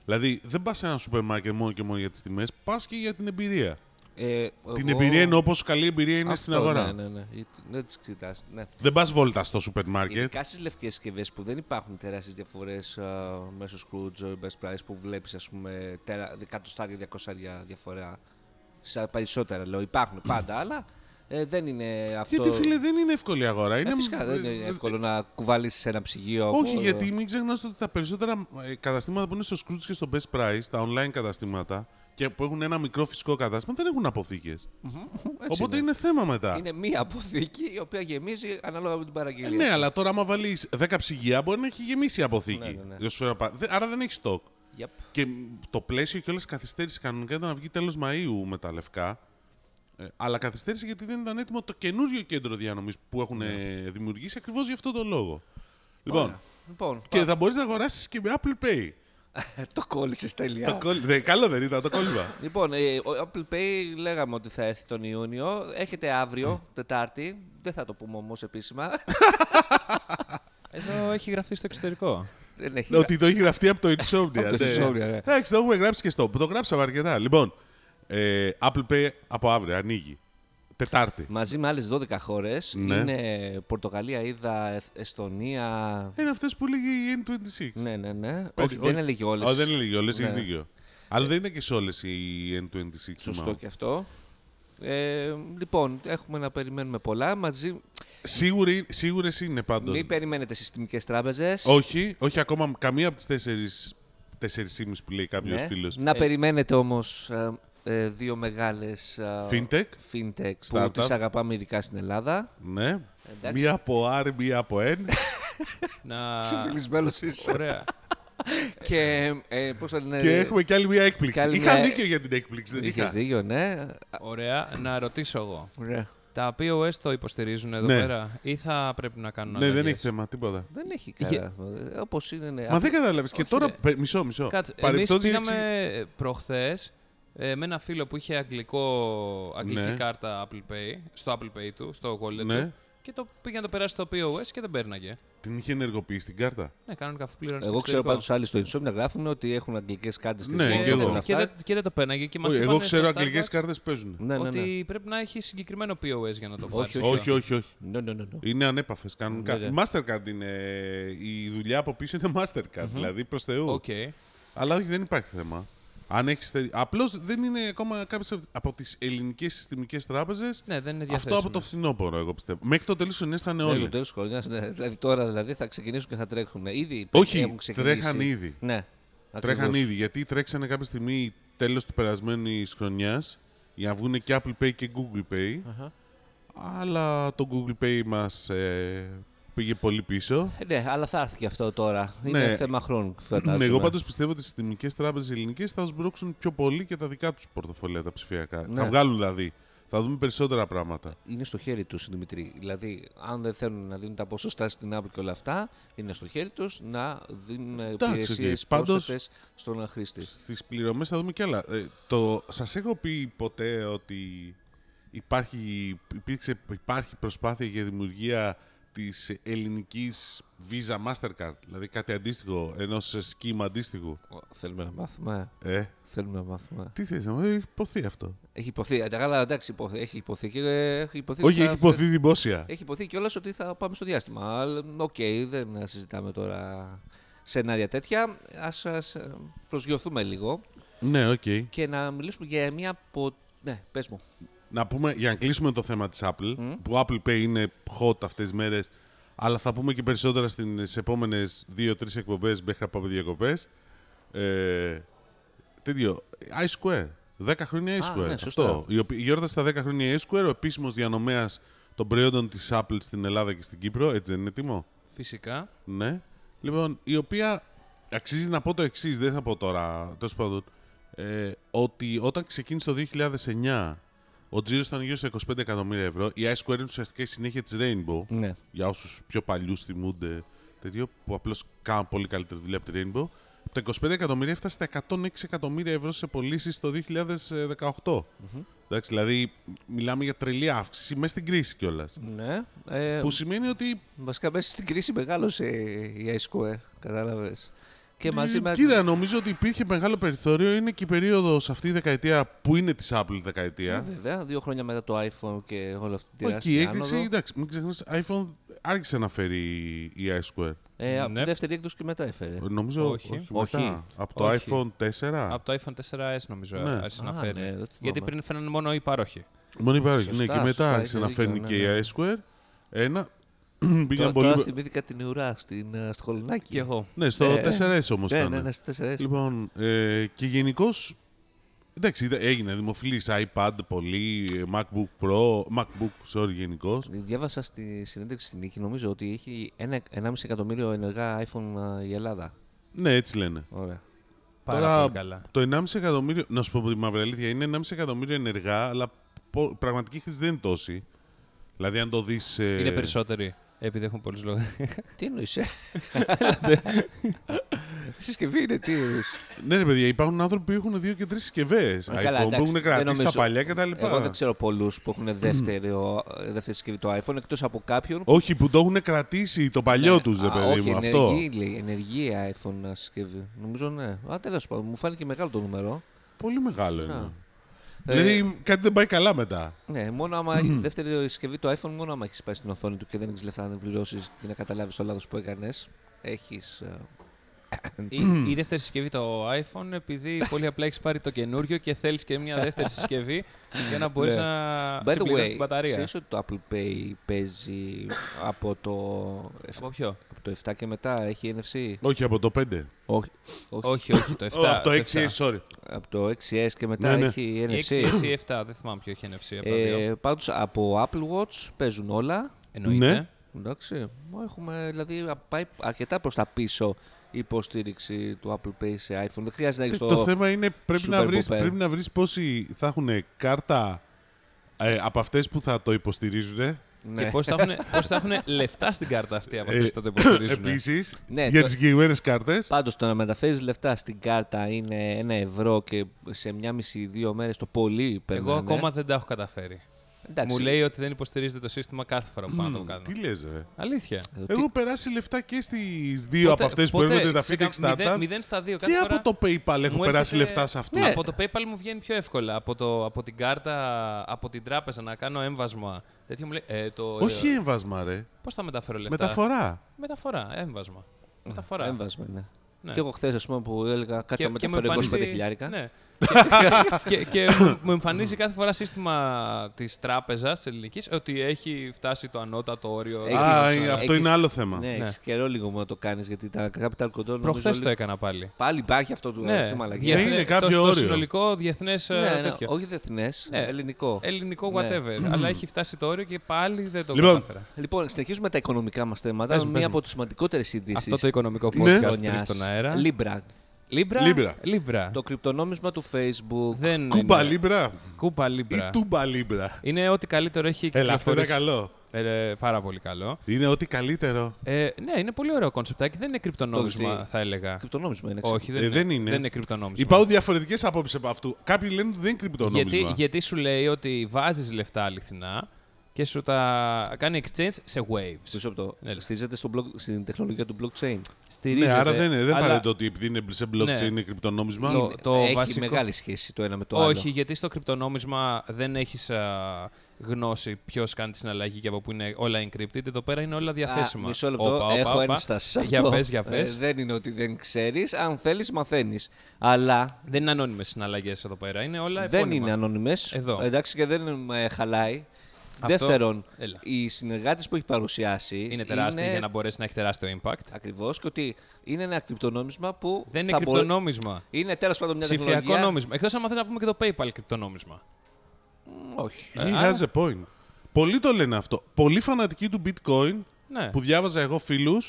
[SPEAKER 3] Δηλαδή δεν πας σε ένα σούπερ μάρκετ μόνο και μόνο για τις τιμές, πας και για την εμπειρία.
[SPEAKER 2] Ε,
[SPEAKER 3] Την
[SPEAKER 2] εγώ-
[SPEAKER 3] εμπειρία εννοώ πόσο καλή εμπειρία είναι
[SPEAKER 2] Αυτό,
[SPEAKER 3] στην αγορά.
[SPEAKER 2] Ναι, ναι, ναι. Ε, Δεν τις κοιτάς. Ναι.
[SPEAKER 3] Δεν πας βόλτα στο σούπερ μάρκετ.
[SPEAKER 2] Ειδικά στις λευκές συσκευές που δεν υπάρχουν τεράστιες διαφορές μέσω Scrooge ή Best Price που βλέπεις, ας πούμε, τερα- εκατοστάρια, διακόσαρια διαφορά. Στα περισσότερα λέω, υπάρχουν πάντα, αλλά ε, δεν είναι αυτό.
[SPEAKER 3] Γιατί φίλε δεν είναι εύκολη αγορά. Είναι...
[SPEAKER 2] Ε, φυσικά δεν
[SPEAKER 3] ε,
[SPEAKER 2] είναι
[SPEAKER 3] ε,
[SPEAKER 2] εύκολο να κουβαλήσεις ένα ψυγείο.
[SPEAKER 3] Όχι,
[SPEAKER 2] που-
[SPEAKER 3] γιατί μην ξεχνάς ότι τα περισσότερα ε, καταστήματα που είναι στο Scrooge και στο Best Price, τα online καταστήματα και που έχουν ένα μικρό φυσικό κατάστημα, δεν έχουν αποθήκες.
[SPEAKER 2] Έτσι
[SPEAKER 3] Οπότε είναι. θέμα μετά.
[SPEAKER 2] Είναι μία αποθήκη η οποία γεμίζει ανάλογα με την παραγγελία.
[SPEAKER 3] Ναι, αλλά τώρα άμα βάλεις 10 ψυγεία μπορεί να έχει γεμίσει η αποθήκη.
[SPEAKER 2] Ναι, ναι, ναι.
[SPEAKER 3] Για σου φέρω πα- Δε- Άρα δεν έχει στόκ.
[SPEAKER 2] Yep.
[SPEAKER 3] Και μ, το πλαίσιο και όλες καθυστέρησε κανονικά ήταν να βγει τέλος Μαΐου με τα λευκά. Ε, αλλά καθυστέρησε γιατί δεν ήταν έτοιμο το καινούριο κέντρο διανομής που έχουν ε, δημιουργήσει ακριβώς γι' αυτό το λόγο. Λοιπόν,
[SPEAKER 2] Ναι. Ωραία. λοιπόν
[SPEAKER 3] και θα μπορείς να αγοράσεις και με Apple Pay.
[SPEAKER 2] πάμε. το κόλλησες τελικά.
[SPEAKER 3] Το κόλλη- δε, καλό δεν ήταν, το κόλλημα.
[SPEAKER 2] Λοιπόν, ε, ο Apple Pay λέγαμε ότι θα έρθει τον Ιούνιο. Έχετε αύριο, Τετάρτη. Δεν θα το πούμε όμως επίσημα.
[SPEAKER 1] Εδώ έχει γραφτεί στο εξωτερικό.
[SPEAKER 2] Δεν έχει
[SPEAKER 3] Ναι, ότι το έχει γραφτεί από το Insomnia.
[SPEAKER 2] Από το
[SPEAKER 3] ναι.
[SPEAKER 2] Insomnia, ναι.
[SPEAKER 3] Εντάξει, το έχουμε γράψει και στο. Το γράψαμε αρκετά. Λοιπόν, ε, Apple Pay από αύριο ανοίγει. Τετάρτη.
[SPEAKER 2] Μαζί με άλλες 12 χώρες.
[SPEAKER 3] Ναι.
[SPEAKER 2] Είναι Πορτογαλία, Είδα, Εθ- Εστονία.
[SPEAKER 3] Είναι αυτές που λέγει η N26.
[SPEAKER 2] Ναι, ναι, ναι. Όχι, δεν έλεγε όλες.
[SPEAKER 3] Όχι, δεν έλεγε όλες,
[SPEAKER 2] Ναι. Ε.
[SPEAKER 3] έχει δίκιο. Αλλά δεν ήταν και σε όλες οι N26.
[SPEAKER 2] Σωστό
[SPEAKER 3] θυμάμαι.
[SPEAKER 2] και αυτό. Ε, λοιπόν, έχουμε να περιμένουμε πολλά. Μαζί...
[SPEAKER 3] Σίγουροι- Σίγουρες είναι πάντως.
[SPEAKER 2] Μην περιμένετε συστημικές τράπεζες.
[SPEAKER 3] Όχι, όχι ακόμα καμία από τις τέσσερις. 4,5 που λέει κάποιος
[SPEAKER 2] Ναι.
[SPEAKER 3] φίλος.
[SPEAKER 2] Να περιμένετε όμως δύο μεγάλες
[SPEAKER 3] Fintech.
[SPEAKER 2] fintech που
[SPEAKER 3] Startup.
[SPEAKER 2] τις αγαπάμε ειδικά στην Ελλάδα.
[SPEAKER 3] Ναι.
[SPEAKER 2] Εντάξει.
[SPEAKER 3] Μία από R, μία από N.
[SPEAKER 1] Να...
[SPEAKER 2] Συμφιλισμένο είσαι.
[SPEAKER 1] Ωραία.
[SPEAKER 2] και ε, πώς θα λένε.
[SPEAKER 3] και έχουμε κι άλλη μία έκπληξη.
[SPEAKER 2] κι άλλη
[SPEAKER 3] Είχα
[SPEAKER 2] μία-
[SPEAKER 3] δίκιο για την έκπληξη, δεν
[SPEAKER 2] Είχες
[SPEAKER 3] είχα.
[SPEAKER 2] δίκιο, ναι.
[SPEAKER 1] Ωραία. Να ρωτήσω εγώ.
[SPEAKER 2] Ωραία.
[SPEAKER 1] Τα POS το υποστηρίζουν εδώ
[SPEAKER 3] Ναι.
[SPEAKER 1] πέρα ή θα πρέπει να κάνουν
[SPEAKER 3] Ναι, δεν
[SPEAKER 1] αλλαγές?
[SPEAKER 3] έχει θέμα, τίποτα.
[SPEAKER 2] Δεν έχει καλά. Όπως είναι. Ναι.
[SPEAKER 3] Μα δεν κατάλαβε. Και τώρα.
[SPEAKER 1] ρε.
[SPEAKER 3] πε- Μισό, μισό.
[SPEAKER 1] Κάτσε, εμείς
[SPEAKER 3] Παρεπτόντως,
[SPEAKER 1] πήγαμε προχθές ε, με ένα φίλο που είχε αγγλικό, αγγλική
[SPEAKER 3] Ναι.
[SPEAKER 1] κάρτα Apple Pay, στο Apple Pay του, στο wallet
[SPEAKER 3] Ναι.
[SPEAKER 1] του, και το πήγε να το περάσει στο POS και δεν πέρναγε.
[SPEAKER 3] Την είχε ενεργοποιήσει την κάρτα.
[SPEAKER 1] Ναι, κάνουν καφού πλήρωνε
[SPEAKER 2] Εγώ ξέρω πάντως άλλοι στο Insomnia γράφουν ότι έχουν αγγλικές κάρτες στην
[SPEAKER 3] Ναι,
[SPEAKER 1] Και,
[SPEAKER 3] και
[SPEAKER 1] και,
[SPEAKER 3] εγώ.
[SPEAKER 1] δεν- και, δεν- και δεν το πέρναγε και μας
[SPEAKER 3] Όχι,
[SPEAKER 1] είπανε
[SPEAKER 3] εγώ
[SPEAKER 1] στα
[SPEAKER 3] ξέρω αγγλικές
[SPEAKER 1] Starbucks
[SPEAKER 3] κάρτες παίζουν.
[SPEAKER 2] Ναι, ναι,
[SPEAKER 1] ότι
[SPEAKER 2] ναι.
[SPEAKER 1] πρέπει να έχει συγκεκριμένο POS για να το πάρει.
[SPEAKER 2] όχι,
[SPEAKER 3] Όχι, όχι, όχι.
[SPEAKER 2] Ναι, ναι, ναι, ναι.
[SPEAKER 3] Είναι ανέπαφες κανονικά.
[SPEAKER 2] Ναι,
[SPEAKER 3] Η Mastercard είναι. Η δουλειά από πίσω είναι Mastercard. Δηλαδή προς Θεού.
[SPEAKER 1] Οκ. Ναι,
[SPEAKER 3] Αλλά όχι, δεν υπάρχει θέμα. Αν έχεις θε... Απλώς δεν είναι ακόμα κάποιες από τις ελληνικές συστημικές τράπεζες.
[SPEAKER 1] Ναι, δεν είναι
[SPEAKER 3] αυτό
[SPEAKER 1] διαθέσιμο.
[SPEAKER 3] από το φθινόπωρο, εγώ πιστεύω. Μέχρι το τέλος συνέσταν
[SPEAKER 2] Ναι,
[SPEAKER 3] όλοι.
[SPEAKER 2] το τέλος χρονιάς. Ναι. Δηλαδή τώρα δηλαδή, θα ξεκινήσουν και θα τρέχουν. Ήδη
[SPEAKER 3] Όχι,
[SPEAKER 2] έχουν ξεκινήσει.
[SPEAKER 3] τρέχαν ήδη.
[SPEAKER 2] Ναι.
[SPEAKER 3] Τρέχαν
[SPEAKER 2] ακριβώς.
[SPEAKER 3] ήδη. Γιατί τρέξανε κάποια στιγμή τέλο του περασμένης χρονιάς για να βγουν και Apple Pay και Google Pay. Αλλά το Google Pay μας πήγε πολύ πίσω.
[SPEAKER 2] Ε, Ναι, αλλά θα έρθει και αυτό τώρα. Είναι
[SPEAKER 3] Ναι.
[SPEAKER 2] θέμα χρόνου,
[SPEAKER 3] Ναι,
[SPEAKER 2] φαντάζομαι.
[SPEAKER 3] εγώ πάντως πιστεύω ότι οι συστημικέ τράπεζες ελληνικές θα σμπρώξουν πιο πολύ και τα δικά τους πορτοφολία τα ψηφιακά.
[SPEAKER 2] Ναι.
[SPEAKER 3] Θα βγάλουν δηλαδή. Θα δούμε περισσότερα πράγματα.
[SPEAKER 2] είναι στο χέρι τους Δημητρή. Δηλαδή, αν δεν θέλουν να δίνουν τα ποσοστά στην Apple και όλα αυτά, είναι στο χέρι τους να δίνουν
[SPEAKER 3] Εντάξει,
[SPEAKER 2] υπηρεσίες
[SPEAKER 3] οκ. Πάντως-
[SPEAKER 2] πρόσθετε στον χρήστη.
[SPEAKER 3] Στις πληρωμές θα δούμε κι άλλα. Ε, το, σας έχω πει ποτέ ότι υπάρχει, υπήρξε, υπάρχει προσπάθεια για δημιουργία της ελληνικής Visa Mastercard, δηλαδή κάτι αντίστοιχο, ενός σχήμα αντίστοιχου.
[SPEAKER 2] Ω, Θέλουμε να μάθουμε.
[SPEAKER 3] Ε,
[SPEAKER 2] Θέλουμε να μάθουμε.
[SPEAKER 3] τι θες να μου έχει υποθεί αυτό.
[SPEAKER 2] Έχει υποθεί. ε, Αλλά εντάξει, υποθεί- έχει υποθεί. Και, ε, έχει υποθεί
[SPEAKER 3] Όχι,
[SPEAKER 2] ότι
[SPEAKER 3] έχει
[SPEAKER 2] θα-
[SPEAKER 3] υποθεί δημόσια.
[SPEAKER 2] Έχει υποθεί κιόλας ότι θα πάμε στο διάστημα. Αλλά οκ, δεν συζητάμε τώρα σενάρια τέτοια. Ας προσγειωθούμε λίγο
[SPEAKER 3] Ναι, οκ.
[SPEAKER 2] και να μιλήσουμε για μία από. Ναι, πες μου.
[SPEAKER 3] Να πούμε, για να κλείσουμε το θέμα της Apple, που Apple Pay είναι hot αυτές τις μέρες, αλλά θα πούμε και περισσότερα στις επόμενες 2-3 εκπομπές μέχρι να πάμε διακοπές. Ε, τέτοιο, iSquare, 10 χρόνια
[SPEAKER 2] Α,
[SPEAKER 3] iSquare.
[SPEAKER 2] ναι, σωστά.
[SPEAKER 3] Αυτό. Η, οπο- η γιόρταση στα 10 χρόνια iSquare, ο επίσημος διανομέας των προϊόντων της Apple στην Ελλάδα και στην Κύπρο. Έτσι δεν είναι τιμό.
[SPEAKER 1] Φυσικά.
[SPEAKER 3] Ναι. Λοιπόν, η οποία αξίζει να πω το εξής, δεν θα πω τώρα. Τέλος πάντων, ε, ότι όταν ξεκίνησε το 2009, ο τζίρος ήταν γύρω στα 25 εκατομμύρια ευρώ. Η Ice Square είναι ουσιαστικά η συνέχεια της Rainbow.
[SPEAKER 2] Ναι.
[SPEAKER 3] Για όσους πιο παλιούς θυμούνται τέτοιο, που απλώς κάνουν πολύ καλύτερη δουλειά από τη Rainbow. Από τα 25 εκατομμύρια έφτασε στα 106 εκατομμύρια ευρώ σε πωλήσεις το 2018. Εντάξει, δηλαδή μιλάμε για τρελή αύξηση μέσα στην κρίση κιόλας.
[SPEAKER 2] Ναι. Ε,
[SPEAKER 3] Που σημαίνει ότι
[SPEAKER 2] Βασικά μέσα στην κρίση μεγάλωσε η iSquare, κατάλαβες. Και μαζί
[SPEAKER 3] Ε,
[SPEAKER 2] με.
[SPEAKER 3] Κοίτα, νομίζω ότι υπήρχε μεγάλο περιθώριο. Είναι και η περίοδος αυτή η δεκαετία που είναι της Apple
[SPEAKER 2] Ε,
[SPEAKER 3] δεκαετία.
[SPEAKER 2] Βέβαια, δύο χρόνια μετά το iPhone και όλο αυτή την
[SPEAKER 3] Όχι, η
[SPEAKER 2] τεράστια
[SPEAKER 3] έκρηξη,
[SPEAKER 2] άνοδο.
[SPEAKER 3] εντάξει, μην ξεχνάς, iPhone άρχισε να φέρει η iSquare.
[SPEAKER 2] Ε, από τη
[SPEAKER 1] Ναι.
[SPEAKER 2] δεύτερη έκδοση και μετά έφερε.
[SPEAKER 3] Νομίζω
[SPEAKER 1] Όχι.
[SPEAKER 3] μετά.
[SPEAKER 2] Όχι.
[SPEAKER 3] Από το
[SPEAKER 2] Όχι.
[SPEAKER 3] iPhone 4.
[SPEAKER 1] Από το iPhone 4S νομίζω
[SPEAKER 3] Ναι.
[SPEAKER 1] άρχισε να
[SPEAKER 2] Α,
[SPEAKER 1] φέρνει.
[SPEAKER 2] ναι, δεν το
[SPEAKER 1] Γιατί
[SPEAKER 2] θυμάμαι.
[SPEAKER 1] πριν φέρνανε μόνο οι πάροχοι.
[SPEAKER 3] Μόνο υπάρχει. Ναι,
[SPEAKER 2] Σωστά,
[SPEAKER 3] και μετά
[SPEAKER 2] σωστά,
[SPEAKER 3] άρχισε
[SPEAKER 2] έχει
[SPEAKER 3] να
[SPEAKER 2] δίκιο,
[SPEAKER 3] φέρνει
[SPEAKER 2] ναι,
[SPEAKER 3] και η iSquare. Ένα. Πήγαν
[SPEAKER 2] Τώρα, τώρα
[SPEAKER 3] πολύ.
[SPEAKER 2] θυμήθηκα την ουρά στην, ε, στο Χολυνάκι.
[SPEAKER 1] Και εγώ.
[SPEAKER 3] Ναι, στο
[SPEAKER 2] Ε,
[SPEAKER 3] 4S όμως
[SPEAKER 2] Ναι,
[SPEAKER 3] ήταν.
[SPEAKER 2] ναι, ναι, στι 4S.
[SPEAKER 3] Λοιπόν, ε, και γενικώς. Εντάξει, είδα- έγινε δημοφιλής iPad πολύ, ε, MacBook Pro, MacBook, sorry, γενικώς.
[SPEAKER 2] Διάβασα στη συνέντευξη στην Νίκη, νομίζω ότι έχει ένα- 1,5 εκατομμύριο ενεργά iPhone ε, η Ελλάδα.
[SPEAKER 3] Ναι, έτσι λένε.
[SPEAKER 2] Ωραία.
[SPEAKER 1] Πάρα
[SPEAKER 3] Τώρα,
[SPEAKER 1] πολύ καλά.
[SPEAKER 3] Το 1,5 εκατομμύριο, να σου πω τη μαύρη αλήθεια, είναι 1,5 εκατομμύριο ενεργά, αλλά πο- πραγματική χρήση δεν είναι τόση. Δηλαδή, αν το δεις.
[SPEAKER 1] Είναι περισσότεροι, επειδή έχουν πολλούς λόγους.
[SPEAKER 2] Τι εννοείς, ε? Συσκευή είναι τι εννοείς.
[SPEAKER 3] Ναι, ρε παιδιά, υπάρχουν άνθρωποι που έχουν δύο και τρεις συσκευές.
[SPEAKER 2] Ε, καλά,
[SPEAKER 3] iPhone που
[SPEAKER 2] εντάξει,
[SPEAKER 3] έχουν
[SPEAKER 2] δεν
[SPEAKER 3] κρατήσει τα
[SPEAKER 2] νομίζω-
[SPEAKER 3] παλιά κτλ.
[SPEAKER 2] Ε, Εγώ δεν ξέρω πολλούς που έχουν δεύτερο, δεύτερη συσκευή το iPhone εκτός από κάποιον. που-
[SPEAKER 3] Όχι, που το έχουν κρατήσει το παλιό
[SPEAKER 2] Ναι,
[SPEAKER 3] τους, ρε
[SPEAKER 2] α,
[SPEAKER 3] παιδί
[SPEAKER 2] όχι,
[SPEAKER 3] μου.
[SPEAKER 2] ενεργή,
[SPEAKER 3] Αυτό.
[SPEAKER 2] λέει, ενεργή iPhone συσκευή. Νομίζω ναι. Α, τέλος πάντων, μου φάνηκε μεγάλο το νούμερο.
[SPEAKER 3] Πολύ μεγάλο είναι.
[SPEAKER 2] Ε,
[SPEAKER 3] Δηλαδή, κάτι δεν πάει καλά μετά.
[SPEAKER 2] Ναι, μόνο άμα η δεύτερη συσκευή του iPhone, μόνο άμα έχεις πάει στην οθόνη του και δεν έχεις λεφτά να την πληρώσεις και να καταλάβεις το λάθος που ε, έκανες, έχεις.
[SPEAKER 1] η, η δεύτερη συσκευή το iPhone, επειδή πολύ απλά έχεις πάρει το καινούριο και θέλεις και μια δεύτερη συσκευή για να μπορείς
[SPEAKER 2] Ναι.
[SPEAKER 1] να
[SPEAKER 2] By the
[SPEAKER 1] συμπληρώσεις την
[SPEAKER 2] way,
[SPEAKER 1] μπαταρία.
[SPEAKER 2] ξέρεις ότι το Apple Pay παίζει από το,
[SPEAKER 1] Από ποιο?
[SPEAKER 2] από το 7 και μετά, έχει NFC.
[SPEAKER 3] Όχι, από το 5.
[SPEAKER 2] Όχι,
[SPEAKER 1] Όχι, όχι, το 7.
[SPEAKER 3] Ω, από το 6,
[SPEAKER 1] 7.
[SPEAKER 3] sorry.
[SPEAKER 2] από το 6S και μετά
[SPEAKER 3] Ναι, ναι.
[SPEAKER 2] έχει
[SPEAKER 1] Η
[SPEAKER 2] NFC.
[SPEAKER 1] 6 ή 7, δεν θυμάμαι ποιο έχει NFC από τα δύο.
[SPEAKER 2] Ε, πάντως από Apple Watch παίζουν όλα.
[SPEAKER 1] Εννοείται.
[SPEAKER 3] ναι.
[SPEAKER 2] Εντάξει, μα έχουμε δηλαδή πάει αρκετά προς τα πίσω η υποστήριξη του Apple Pay σε iPhone. Δεν χρειάζεται να
[SPEAKER 3] Ε,
[SPEAKER 2] έχεις
[SPEAKER 3] Το θέμα είναι πρέπει να,
[SPEAKER 2] Super
[SPEAKER 3] βρεις,
[SPEAKER 2] Popper.
[SPEAKER 3] πρέπει να βρεις πόσοι θα έχουν κάρτα ε, από αυτές που θα το υποστηρίζουν.
[SPEAKER 2] Ναι.
[SPEAKER 1] Και πώς θα, έχουν- πώς θα έχουν λεφτά στην κάρτα αυτή από αυτέ
[SPEAKER 3] Ε,
[SPEAKER 1] που θα το υποστηρίζουν.
[SPEAKER 3] Επίσης,
[SPEAKER 2] Ναι,
[SPEAKER 3] για
[SPEAKER 2] το-
[SPEAKER 3] τις συγκεκριμένες κάρτες.
[SPEAKER 2] Πάντως το να μεταφέρεις λεφτά στην κάρτα είναι ένα ευρώ και σε μια μισή δύο μέρες το πολύ παίρνουν.
[SPEAKER 1] Εγώ
[SPEAKER 3] Ναι,
[SPEAKER 1] ακόμα δεν τα έχω καταφέρει.
[SPEAKER 2] Εντάξει,
[SPEAKER 1] Μου λέει ότι δεν υποστηρίζεται το σύστημα κάθε φορά που πάω να το κάνω.
[SPEAKER 3] Τι λες, ρε.
[SPEAKER 1] Αλήθεια.
[SPEAKER 3] Έχω περάσει λεφτά και στις δύο από
[SPEAKER 1] Ποτέ-
[SPEAKER 3] αυτές που
[SPEAKER 1] ποτέ
[SPEAKER 3] έρχονται τα
[SPEAKER 1] σε
[SPEAKER 3] Fitix
[SPEAKER 1] κα- μηδέν-
[SPEAKER 3] Startup.
[SPEAKER 1] μηδέν στα δύο.
[SPEAKER 3] Και
[SPEAKER 1] Κάθε φορά
[SPEAKER 3] από το PayPal έχω
[SPEAKER 1] μου
[SPEAKER 3] περάσει
[SPEAKER 1] έρχεται-
[SPEAKER 3] λεφτά σε αυτό.
[SPEAKER 1] Ναι, από το PayPal μου βγαίνει πιο εύκολα. Από, το, από την κάρτα, από την τράπεζα να κάνω έμβασμα. Τέτοιο μου λέει. Ε, το,
[SPEAKER 3] Όχι έμβασμα, ρε.
[SPEAKER 1] Πώς θα μεταφέρω λεφτά.
[SPEAKER 3] Μεταφορά.
[SPEAKER 1] Μεταφορά, έμβασμα. Μεταφορά.
[SPEAKER 2] Έμβασμα, ναι.
[SPEAKER 1] Ναι.
[SPEAKER 2] Και εγώ χθες, ας πούμε, που έλεγα κάτσα με
[SPEAKER 1] και
[SPEAKER 2] τα
[SPEAKER 1] μου
[SPEAKER 2] φέρω 25
[SPEAKER 1] εμφανίζει-
[SPEAKER 2] χιλιάρικα.
[SPEAKER 1] Ναι. και, και, και μου- μου εμφανίζει κάθε φορά σύστημα της τράπεζας της ελληνικής ότι έχει φτάσει το ανώτατο όριο.
[SPEAKER 2] Έχεις-
[SPEAKER 3] Α,
[SPEAKER 2] έχεις-
[SPEAKER 3] ε, αυτό είναι άλλο θέμα.
[SPEAKER 2] Ναι,
[SPEAKER 1] Ναι.
[SPEAKER 2] έχεις καιρό λίγο που να το κάνεις γιατί τα capital control νομίζω.
[SPEAKER 1] Προχθές
[SPEAKER 2] όλοι-
[SPEAKER 1] το έκανα πάλι.
[SPEAKER 2] Πάλι υπάρχει αυτό του αυτή η μαλακία.
[SPEAKER 1] διεθνέ-
[SPEAKER 3] Ναι, είναι
[SPEAKER 1] το-
[SPEAKER 3] κάποιο
[SPEAKER 1] το,
[SPEAKER 3] όριο.
[SPEAKER 1] συνολικό διεθνές
[SPEAKER 2] Ναι, ναι,
[SPEAKER 1] ε, τέτοιο.
[SPEAKER 2] όχι διεθνές,
[SPEAKER 1] Ναι.
[SPEAKER 2] ελληνικό.
[SPEAKER 1] Ελληνικό
[SPEAKER 2] Ναι.
[SPEAKER 1] whatever. αλλά έχει φτάσει το όριο και πάλι δεν το
[SPEAKER 3] Λοιπόν,
[SPEAKER 1] κατάφερα.
[SPEAKER 2] Λοιπόν, συνεχίζουμε τα οικονομικά μας θέματα.
[SPEAKER 1] Πες μου,
[SPEAKER 2] Μία
[SPEAKER 1] πες
[SPEAKER 2] από τις σημαντικέ ειδήσεις
[SPEAKER 1] Αυτό το οικονομικό
[SPEAKER 3] Ναι.
[SPEAKER 1] podcast τρεις στον αέρα.
[SPEAKER 2] Libra.
[SPEAKER 1] Λίμπρα.
[SPEAKER 3] Λίμπρα.
[SPEAKER 1] Λίμπρα.
[SPEAKER 2] Το κρυπτονόμισμα του Facebook.
[SPEAKER 1] Δεν
[SPEAKER 3] Κούμπα
[SPEAKER 1] είναι-
[SPEAKER 3] λίμπρα
[SPEAKER 1] Κούπα
[SPEAKER 3] ή
[SPEAKER 1] Λίμπρα.
[SPEAKER 3] τούμπα λίμπρα.
[SPEAKER 1] Είναι ό,τι καλύτερο έχει
[SPEAKER 3] Έλα, αυτό είναι
[SPEAKER 1] κυκλοφορήσει.
[SPEAKER 3] καλό.
[SPEAKER 1] Ε, πάρα πολύ καλό.
[SPEAKER 3] Είναι ό,τι καλύτερο.
[SPEAKER 1] Ε, ναι, είναι πολύ ωραίο κονσεπτάκι. Δεν είναι
[SPEAKER 2] Το
[SPEAKER 1] κρυπτονόμισμα,
[SPEAKER 2] τι-
[SPEAKER 1] θα έλεγα.
[SPEAKER 2] Κρυπτονόμισμα είναι.
[SPEAKER 1] Όχι, δεν,
[SPEAKER 3] Ε,
[SPEAKER 1] είναι.
[SPEAKER 3] δεν είναι.
[SPEAKER 1] Δεν είναι κρυπτονόμισμα.
[SPEAKER 3] Υπάρχουν διαφορετικές απόψεις από αυτού. Κάποιοι λένε ότι δεν είναι κρυπτονόμισμα.
[SPEAKER 1] γιατί, γιατί σου λέει ότι βάζεις λεφτά αληθινά και σου τα κάνει exchange σε waves.
[SPEAKER 2] Πίσω από το.
[SPEAKER 1] Ναι, λες.
[SPEAKER 2] Στηρίζεται στο blog, στην τεχνολογία του blockchain.
[SPEAKER 1] Στηρίζεται.
[SPEAKER 3] Ναι, άρα δεν, είναι- δεν
[SPEAKER 1] αλλά
[SPEAKER 3] παρέτω ότι επειδή είναι σε blockchain
[SPEAKER 1] Ναι.
[SPEAKER 3] είναι κρυπτονόμισμα.
[SPEAKER 1] Το- το
[SPEAKER 2] Έχει
[SPEAKER 1] βασικό-
[SPEAKER 2] μεγάλη σχέση το ένα με το άλλο.
[SPEAKER 1] Όχι, γιατί στο κρυπτονόμισμα δεν έχεις γνώση ποιος κάνει τη συναλλαγή και από πού είναι όλα encrypted. Εδώ πέρα είναι όλα διαθέσιμα.
[SPEAKER 2] Α, μισό λεπτό.
[SPEAKER 1] Όπα, όπα,
[SPEAKER 2] Έχω
[SPEAKER 1] όπα.
[SPEAKER 2] ένσταση σε αυτό.
[SPEAKER 1] Για πες, για
[SPEAKER 2] Ε,
[SPEAKER 1] πε.
[SPEAKER 2] δεν είναι ότι δεν ξέρεις. Αν θέλεις, μαθαίνεις. Αλλά
[SPEAKER 1] Δεν είναι ανώνυμες συναλλαγές εδώ πέρα. Είναι όλα
[SPEAKER 2] δεν
[SPEAKER 1] επώνυμα.
[SPEAKER 2] είναι ανώνυμες.
[SPEAKER 1] Ε, Εδώ.
[SPEAKER 2] Εντάξει και δεν με χαλάει. Δεύτερον,
[SPEAKER 1] έλα.
[SPEAKER 2] οι συνεργάτες που έχει παρουσιάσει.
[SPEAKER 1] Είναι τεράστια
[SPEAKER 2] είναι-
[SPEAKER 1] για να μπορέσει να έχει τεράστιο impact.
[SPEAKER 2] Ακριβώς και ότι είναι ένα κρυπτονόμισμα που.
[SPEAKER 1] Δεν
[SPEAKER 2] θα
[SPEAKER 1] είναι
[SPEAKER 2] μπορεί-
[SPEAKER 1] κρυπτονόμισμα.
[SPEAKER 2] Είναι τέλος πάντων μια
[SPEAKER 1] Ψηφιακό
[SPEAKER 2] τεχνολογία.
[SPEAKER 1] νόμισμα. Εκτός αν θες να πούμε και το PayPal κρυπτονόμισμα.
[SPEAKER 2] Όχι.
[SPEAKER 3] He has a point. Πολλοί το λένε αυτό. Πολλοί φανατικοί του bitcoin
[SPEAKER 1] Ναι.
[SPEAKER 3] που διάβαζα εγώ φίλους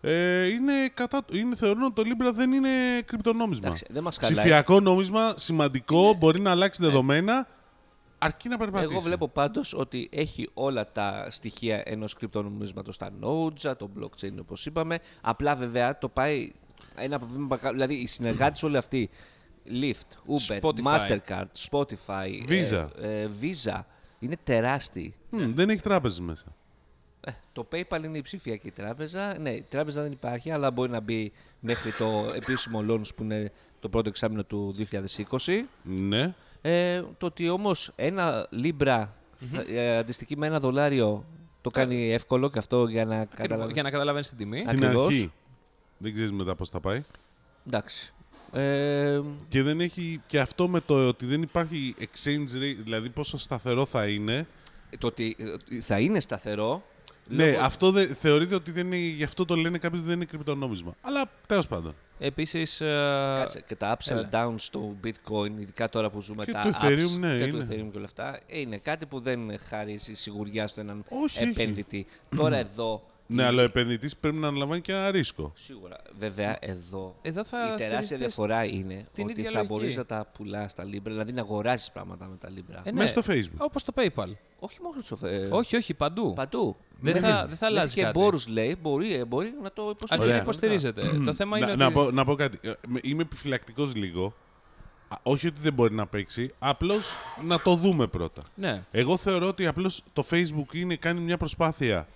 [SPEAKER 3] ε, είναι κατά, είναι, θεωρούν ότι το Libra δεν είναι κρυπτονόμισμα.
[SPEAKER 2] Εντάξει, δεν μας χαλάει.
[SPEAKER 3] Ψηφιακό νόμισμα, σημαντικό, μπορεί να αλλάξει δεδομένα, αρκεί να περπατήσει.
[SPEAKER 2] Εγώ βλέπω πάντως ότι έχει όλα τα στοιχεία ενός κρυπτονομίσματος. Τα Noja, το blockchain όπως είπαμε. Απλά βέβαια το πάει ένα βήμα παρακάτω. Δηλαδή οι συνεργάτες όλοι αυτοί. Lyft, Uber,
[SPEAKER 1] Spotify.
[SPEAKER 2] Mastercard, Spotify,
[SPEAKER 3] Visa.
[SPEAKER 2] ε, ε, Visa. Είναι τεράστιοι. Ε,
[SPEAKER 3] Μμ, δεν έχει τράπεζες μέσα.
[SPEAKER 2] Το PayPal είναι η ψηφιακή τράπεζα. Ναι, η τράπεζα δεν υπάρχει, αλλά μπορεί να μπει μέχρι το επίσημο launch που είναι το πρώτο εξάμεινο του 2020.
[SPEAKER 3] Ναι.
[SPEAKER 2] Ε, το ότι όμως ένα λίμπρα θα- ε, αντιστοιχεί με ένα δολάριο το κάνει εύκολο και αυτό για να καταλάβει.
[SPEAKER 1] Για να καταλαβαίνεις την τιμή.
[SPEAKER 2] Α,
[SPEAKER 3] Στην
[SPEAKER 2] Ακριβώς.
[SPEAKER 3] αρχή. Δεν ξέρεις μετά πώς θα πάει.
[SPEAKER 2] Εντάξει. Ε,
[SPEAKER 3] Και δεν έχει και αυτό με το ότι δεν υπάρχει exchange rate, δηλαδή πόσο σταθερό θα είναι.
[SPEAKER 2] το ότι ε, θα είναι σταθερό.
[SPEAKER 3] Ναι, αυτό δε, θεωρείται ότι δεν είναι, γι' αυτό το λένε κάποιοι ότι δεν είναι κρυπτονόμισμα. Αλλά τέλος πάντων.
[SPEAKER 1] Επίσης.
[SPEAKER 2] Κάτσε, και τα ups and
[SPEAKER 1] έλα.
[SPEAKER 2] downs στο bitcoin, ειδικά τώρα που ζούμε
[SPEAKER 3] Και
[SPEAKER 2] τα
[SPEAKER 3] το
[SPEAKER 2] ups
[SPEAKER 3] Ethereum, ναι,
[SPEAKER 2] και το
[SPEAKER 3] είναι.
[SPEAKER 2] Ethereum και όλα αυτά, ε, είναι κάτι που δεν χαρίζει σιγουριά στον έναν
[SPEAKER 3] Όχι, έχει.
[SPEAKER 2] επένδυτη. τώρα εδώ
[SPEAKER 3] Ναι, αλλά ο επενδυτής πρέπει να αναλαμβάνει και ένα ρίσκο.
[SPEAKER 2] Σίγουρα. Βέβαια, εδώ,
[SPEAKER 1] Εδώ θα
[SPEAKER 2] η τεράστια
[SPEAKER 1] στηριστείς
[SPEAKER 2] διαφορά είναι
[SPEAKER 1] την
[SPEAKER 2] ότι
[SPEAKER 1] ίδια
[SPEAKER 2] θα
[SPEAKER 1] λογική.
[SPEAKER 2] μπορείς να τα πουλάς τα Libra, δηλαδή να αγοράζεις πράγματα με τα Libra.
[SPEAKER 1] Ε,
[SPEAKER 3] Μέσα στο Facebook.
[SPEAKER 1] Όπως το PayPal.
[SPEAKER 2] Όχι μόνο στο ε,
[SPEAKER 1] όχι, όχι, παντού.
[SPEAKER 2] Παντού.
[SPEAKER 1] Δεν
[SPEAKER 2] Μέχρι-
[SPEAKER 1] θα- δεν θα
[SPEAKER 2] μέχρι
[SPEAKER 1] αλλάζει
[SPEAKER 2] και
[SPEAKER 1] κάτι.
[SPEAKER 2] εμπόρους λέει, μπορεί, ε, μπορεί να το
[SPEAKER 1] Αρχίζει
[SPEAKER 2] υποστηρίζει.
[SPEAKER 1] να υποστηρίζεται. το θέμα
[SPEAKER 3] να,
[SPEAKER 1] είναι
[SPEAKER 3] να,
[SPEAKER 1] ότι.
[SPEAKER 3] πω, να πω κάτι. Ε, με- Είμαι επιφυλακτικός λίγο. Α, Όχι ότι δεν μπορεί να παίξει, απλώς να το δούμε πρώτα.
[SPEAKER 1] Ναι.
[SPEAKER 3] Εγώ θεωρώ ότι απλώς το Facebook είναι, κάνει μια προσπάθεια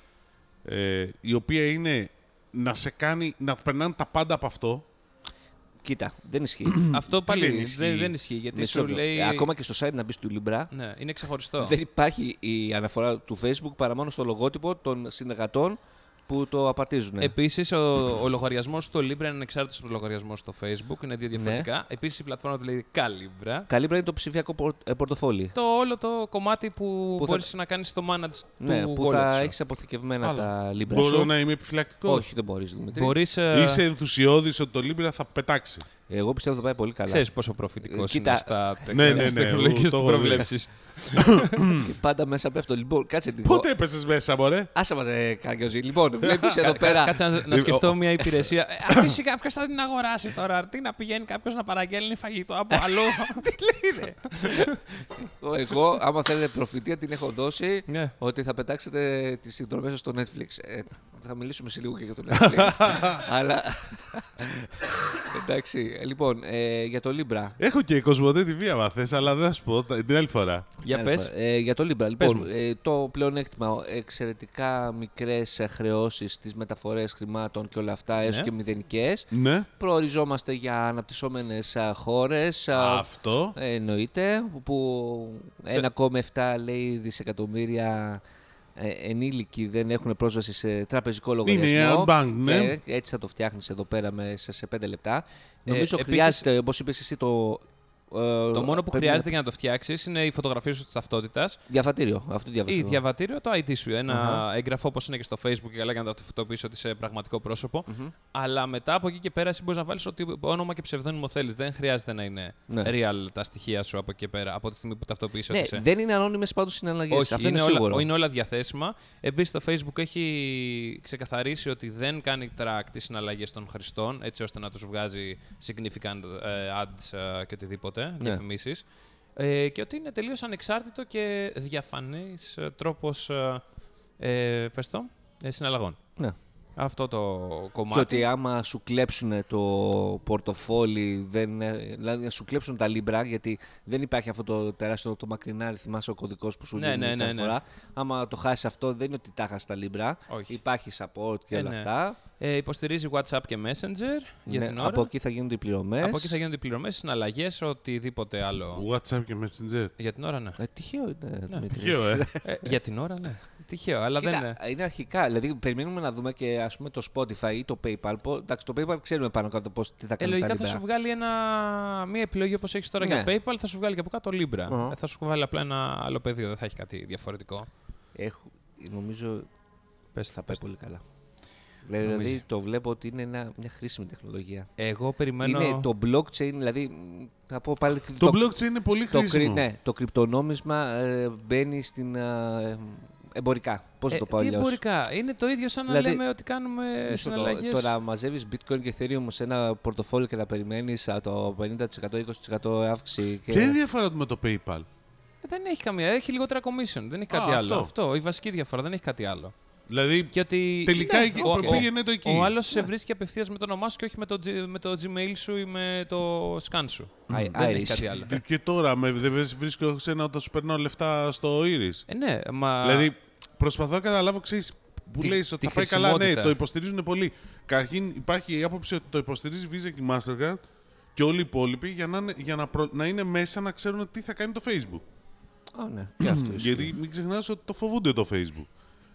[SPEAKER 3] ε, η οποία είναι να σε κάνει να περνάνε τα πάντα από αυτό.
[SPEAKER 2] Κοίτα, δεν ισχύει.
[SPEAKER 1] Αυτό πάλι
[SPEAKER 3] δεν
[SPEAKER 1] δεν
[SPEAKER 3] ισχύει.
[SPEAKER 1] δεν ισχύει γιατί
[SPEAKER 2] Μισό
[SPEAKER 1] σου
[SPEAKER 2] λεπτό.
[SPEAKER 1] λέει.
[SPEAKER 2] Ε, Ακόμα και στο site να μπεις του Libra,
[SPEAKER 1] Ναι, είναι ξεχωριστό.
[SPEAKER 2] δεν υπάρχει η αναφορά του Facebook παρά μόνο στο λογότυπο των συνεργατών που το απαρτίζουν.
[SPEAKER 1] Επίσης, ο, ο λογαριασμός στο Libra είναι ανεξάρτητος από το λογαριασμό στο Facebook. Είναι δύο διαφορετικά. Επίσης, η πλατφόρμα του λέει Calibra.
[SPEAKER 2] Καλή είναι το ψηφιακό πορ- ε, πορτοφόλι.
[SPEAKER 1] Το όλο το κομμάτι που,
[SPEAKER 2] Που θα-
[SPEAKER 1] μπορείς να κάνεις στο manage
[SPEAKER 2] Ναι,
[SPEAKER 1] του
[SPEAKER 2] που θα
[SPEAKER 1] wallet σου.
[SPEAKER 2] έχεις αποθηκευμένα
[SPEAKER 3] Αλλά
[SPEAKER 2] τα Libra.
[SPEAKER 3] Μπορώ
[SPEAKER 2] σου.
[SPEAKER 3] να είμαι επιφυλακτικός.
[SPEAKER 2] Όχι, δεν μπορείς, Δημήτρη.
[SPEAKER 1] Μπορείς, ε,
[SPEAKER 3] Είσαι ενθουσιώδης ότι το Libra θα πετάξει.
[SPEAKER 2] Εγώ πιστεύω θα πάει πολύ καλά.
[SPEAKER 1] Ξέρεις πόσο προφητικός
[SPEAKER 2] Ε, κοίτα.
[SPEAKER 1] είναι στα
[SPEAKER 3] Ναι, ναι,
[SPEAKER 1] τεχνολογικές
[SPEAKER 3] ναι,
[SPEAKER 1] τεχνολογίες
[SPEAKER 3] το
[SPEAKER 1] του
[SPEAKER 3] έχω δει.
[SPEAKER 1] προβλέψεις.
[SPEAKER 2] Και πάντα μέσα πέφτω. Λοιπόν, κάτσε λίγο.
[SPEAKER 3] Πότε έπεσες μέσα, μωρέ.
[SPEAKER 2] Άσε μας, ε, Καραγκιόζη. Λοιπόν, βλέπεις εδώ πέρα.
[SPEAKER 1] Κάτσε να, να
[SPEAKER 3] Ε,
[SPEAKER 1] σκεφτώ μια υπηρεσία. Ε, Αφήσει κάποιος θα την αγοράσει τώρα. Αντί να πηγαίνει κάποιος να παραγγέλνει φαγητό από αλλού. Τι λέει, ρε.
[SPEAKER 2] Εγώ, άμα θέλετε προφητεία, την έχω δώσει
[SPEAKER 1] Ναι.
[SPEAKER 2] ότι θα πετάξετε τις συνδρομές σας στο Netflix. Ε, θα μιλήσουμε σε λίγο και για το Netflix. Αλλά. Εντάξει. ε, Λοιπόν, ε, για το Libra.
[SPEAKER 3] Έχω και Κοσμοτέ TV, άμα θες, αλλά δεν θα σου πω τα- την άλλη φορά.
[SPEAKER 1] Για
[SPEAKER 2] Άλλη
[SPEAKER 1] πες.
[SPEAKER 2] φορά. Ε, για το Libra,
[SPEAKER 1] Πες
[SPEAKER 2] λοιπόν, ε, το πλεονέκτημα, εξαιρετικά μικρές χρεώσεις στις μεταφορές χρημάτων και όλα αυτά, έστω
[SPEAKER 1] Ναι.
[SPEAKER 2] και μηδενικές.
[SPEAKER 3] Ναι.
[SPEAKER 2] Προοριζόμαστε για ε, αναπτυσσόμενε χώρε.
[SPEAKER 3] Αυτό.
[SPEAKER 2] Ε, εννοείται, που
[SPEAKER 1] Ε.
[SPEAKER 2] 1,7 λέει δισεκατομμύρια ε, ενήλικοι δεν έχουν πρόσβαση σε τραπεζικό λογαριασμό.
[SPEAKER 3] Είναι unbanked, ναι.
[SPEAKER 2] Ε, έτσι θα το φτιάχνεις εδώ πέρα μέσα σε 5 λεπτά. Νομίζω
[SPEAKER 1] Ε, επίσης-
[SPEAKER 2] χρειάζεται, όπως είπες εσύ, το... ε,
[SPEAKER 1] Το μόνο που
[SPEAKER 2] πρέπει να-
[SPEAKER 1] χρειάζεται για να το φτιάξεις είναι η φωτογραφία σου της ταυτότητας
[SPEAKER 2] Διαβατήριο, αυτό διαβάζω.
[SPEAKER 1] ή
[SPEAKER 2] εγώ.
[SPEAKER 1] διαβατήριο, το ID σου. ενα έγγραφο όπως είναι και στο Facebook και καλά για να το αυτοφωτοποιήσει ότι είσαι πραγματικό πρόσωπο. Αλλά μετά από εκεί και πέρα εσύ μπορείς να βάλεις ό,τι όνομα και ψευδόνυμο θέλεις. Δεν χρειάζεται να είναι
[SPEAKER 2] Ναι.
[SPEAKER 1] real τα στοιχεία σου από εκεί και πέρα από τη στιγμή που ταυτοποιήσει
[SPEAKER 2] Ναι,
[SPEAKER 1] ότι είσαι.
[SPEAKER 2] δεν είναι ανώνυμες πάντως συναλλαγές,
[SPEAKER 1] Όχι,
[SPEAKER 2] αυτό είναι,
[SPEAKER 1] είναι,
[SPEAKER 2] σίγουρο.
[SPEAKER 1] όλα, είναι όλα διαθέσιμα. Επίσης, το Facebook έχει ξεκαθαρίσει ότι δεν κάνει track τις συναλλαγές των χρηστών, έτσι ώστε να τους βγάζει significant ε, ads ε, και οτιδήποτε,
[SPEAKER 2] Ναι.
[SPEAKER 1] διαφημίσεις. Ε, και ότι είναι τελείως ανεξάρτητο και διαφανής τρόπος. Ε, πες το, ε, συναλλαγών.
[SPEAKER 2] Ναι.
[SPEAKER 1] Αυτό το
[SPEAKER 2] Και
[SPEAKER 1] κομμάτι.
[SPEAKER 2] ότι άμα σου κλέψουν το πορτοφόλι, δεν, ε, δηλαδή να σου κλέψουν τα λίμπρα, γιατί δεν υπάρχει αυτό το τεράστιο το μακρινάρι, θυμάσαι ο κωδικός που σου
[SPEAKER 1] Ναι,
[SPEAKER 2] δίνει
[SPEAKER 1] ναι,
[SPEAKER 2] κάθε
[SPEAKER 1] ναι, ναι.
[SPEAKER 2] φορά. Άμα το χάσεις αυτό, δεν είναι ότι τα χάσει τα λίμπρα.
[SPEAKER 1] Όχι.
[SPEAKER 2] Υπάρχει support και
[SPEAKER 1] Ε,
[SPEAKER 2] όλα
[SPEAKER 1] ναι.
[SPEAKER 2] αυτά.
[SPEAKER 1] Ε, υποστηρίζει WhatsApp και Messenger για
[SPEAKER 2] Ναι,
[SPEAKER 1] την ώρα.
[SPEAKER 2] από εκεί θα γίνονται οι πληρωμές.
[SPEAKER 1] Από εκεί θα γίνονται οι πληρωμές, συναλλαγές, οτιδήποτε άλλο.
[SPEAKER 3] WhatsApp και Messenger.
[SPEAKER 1] Για την ώρα, ναι.
[SPEAKER 2] ε, τυχαίο είναι. Δημήτρη.
[SPEAKER 3] Τυχαίο, ε.
[SPEAKER 1] Ε, για την ώρα, ναι. Τυχαίο, αλλά
[SPEAKER 2] Κοίτα, ε,
[SPEAKER 1] δεν είναι.
[SPEAKER 2] είναι αρχικά. Δηλαδή, περιμένουμε να δούμε και ας πούμε, το Spotify ή το PayPal. Πο- εντάξει, το PayPal ξέρουμε πάνω κάτω πώς, τι θα
[SPEAKER 1] Ε,
[SPEAKER 2] κάνουν τα
[SPEAKER 1] λογικά θα
[SPEAKER 2] Libra.
[SPEAKER 1] σου βγάλει ένα, μία επιλογή όπως έχεις τώρα
[SPEAKER 2] Ναι.
[SPEAKER 1] για PayPal, θα σου βγάλει και από κάτω Libra.
[SPEAKER 2] Ω.
[SPEAKER 1] Ε, Θα σου βγάλει απλά ένα άλλο πεδίο, δεν θα έχει κάτι διαφορετικό.
[SPEAKER 2] Έχω, νομίζω
[SPEAKER 1] Πες, θα
[SPEAKER 2] θα πάει πολύ καλά. Δηλαδή,
[SPEAKER 1] Νομίζω.
[SPEAKER 2] το βλέπω ότι είναι ένα, μια χρήσιμη τεχνολογία.
[SPEAKER 1] Εγώ περιμένω.
[SPEAKER 2] Είναι το blockchain, δηλαδή μ, θα πω πάλι.
[SPEAKER 3] Το blockchain είναι πολύ
[SPEAKER 2] το, κρυ-
[SPEAKER 3] χρήσιμο.
[SPEAKER 2] ναι, το κρυπτονόμισμα ε, μπαίνει στην. ε, εμπορικά. Πώς
[SPEAKER 1] Ε,
[SPEAKER 2] να το πω
[SPEAKER 1] τι
[SPEAKER 2] αλλιώς.
[SPEAKER 1] εμπορικά. Είναι το ίδιο σαν να
[SPEAKER 2] Δηλαδή,
[SPEAKER 1] λέμε ότι κάνουμε συναλλαγές.
[SPEAKER 2] Τώρα μαζεύεις bitcoin και ethereum σε ένα πορτοφόλι και να περιμένει το 50%, 20% αύξηση. Και...
[SPEAKER 3] Ποια είναι η διαφορά του με το PayPal.
[SPEAKER 1] Ε, Δεν έχει καμία. Έχει λιγότερα commission. Δεν έχει κάτι
[SPEAKER 3] Α,
[SPEAKER 1] άλλο.
[SPEAKER 3] αυτό.
[SPEAKER 1] Αυτό. Η βασική διαφορά δεν έχει κάτι άλλο.
[SPEAKER 3] Δηλαδή,
[SPEAKER 1] Και ότι... Ναι,
[SPEAKER 3] Τελικά εκεί-
[SPEAKER 1] ο- ο-
[SPEAKER 3] πήγαινε το εκεί.
[SPEAKER 1] Ο άλλος σε βρίσκει απευθείας με το όνομά σου και όχι με το, G- με το Gmail σου ή με το scan σου.
[SPEAKER 2] Άι-
[SPEAKER 1] δεν έχει
[SPEAKER 2] Iris.
[SPEAKER 1] κάτι άλλο.
[SPEAKER 3] και- και τώρα με δεν βες- βρίσκω ξένα όταν σου περνάω λεφτά στο Iris.
[SPEAKER 1] Ε, ναι, μα.
[SPEAKER 3] Δηλαδή, προσπαθώ να καταλάβω, ξέρεις, που
[SPEAKER 1] Τη-
[SPEAKER 3] λέει ότι
[SPEAKER 1] τη
[SPEAKER 3] θα πάει καλά. Ναι,
[SPEAKER 1] χρησιμότητα.
[SPEAKER 3] το υποστηρίζουν πολύ. Καταρχήν υπάρχει η άποψη ότι το υποστηρίζει Visa και Mastercard και όλοι οι υπόλοιποι για να, είναι- για να, προ- να είναι μέσα να ξέρουν τι θα κάνει το Facebook.
[SPEAKER 2] Α, ναι, και αυτό. ισχύει.
[SPEAKER 3] Γιατί μην ξεχνάς ότι το φοβούνται το Facebook.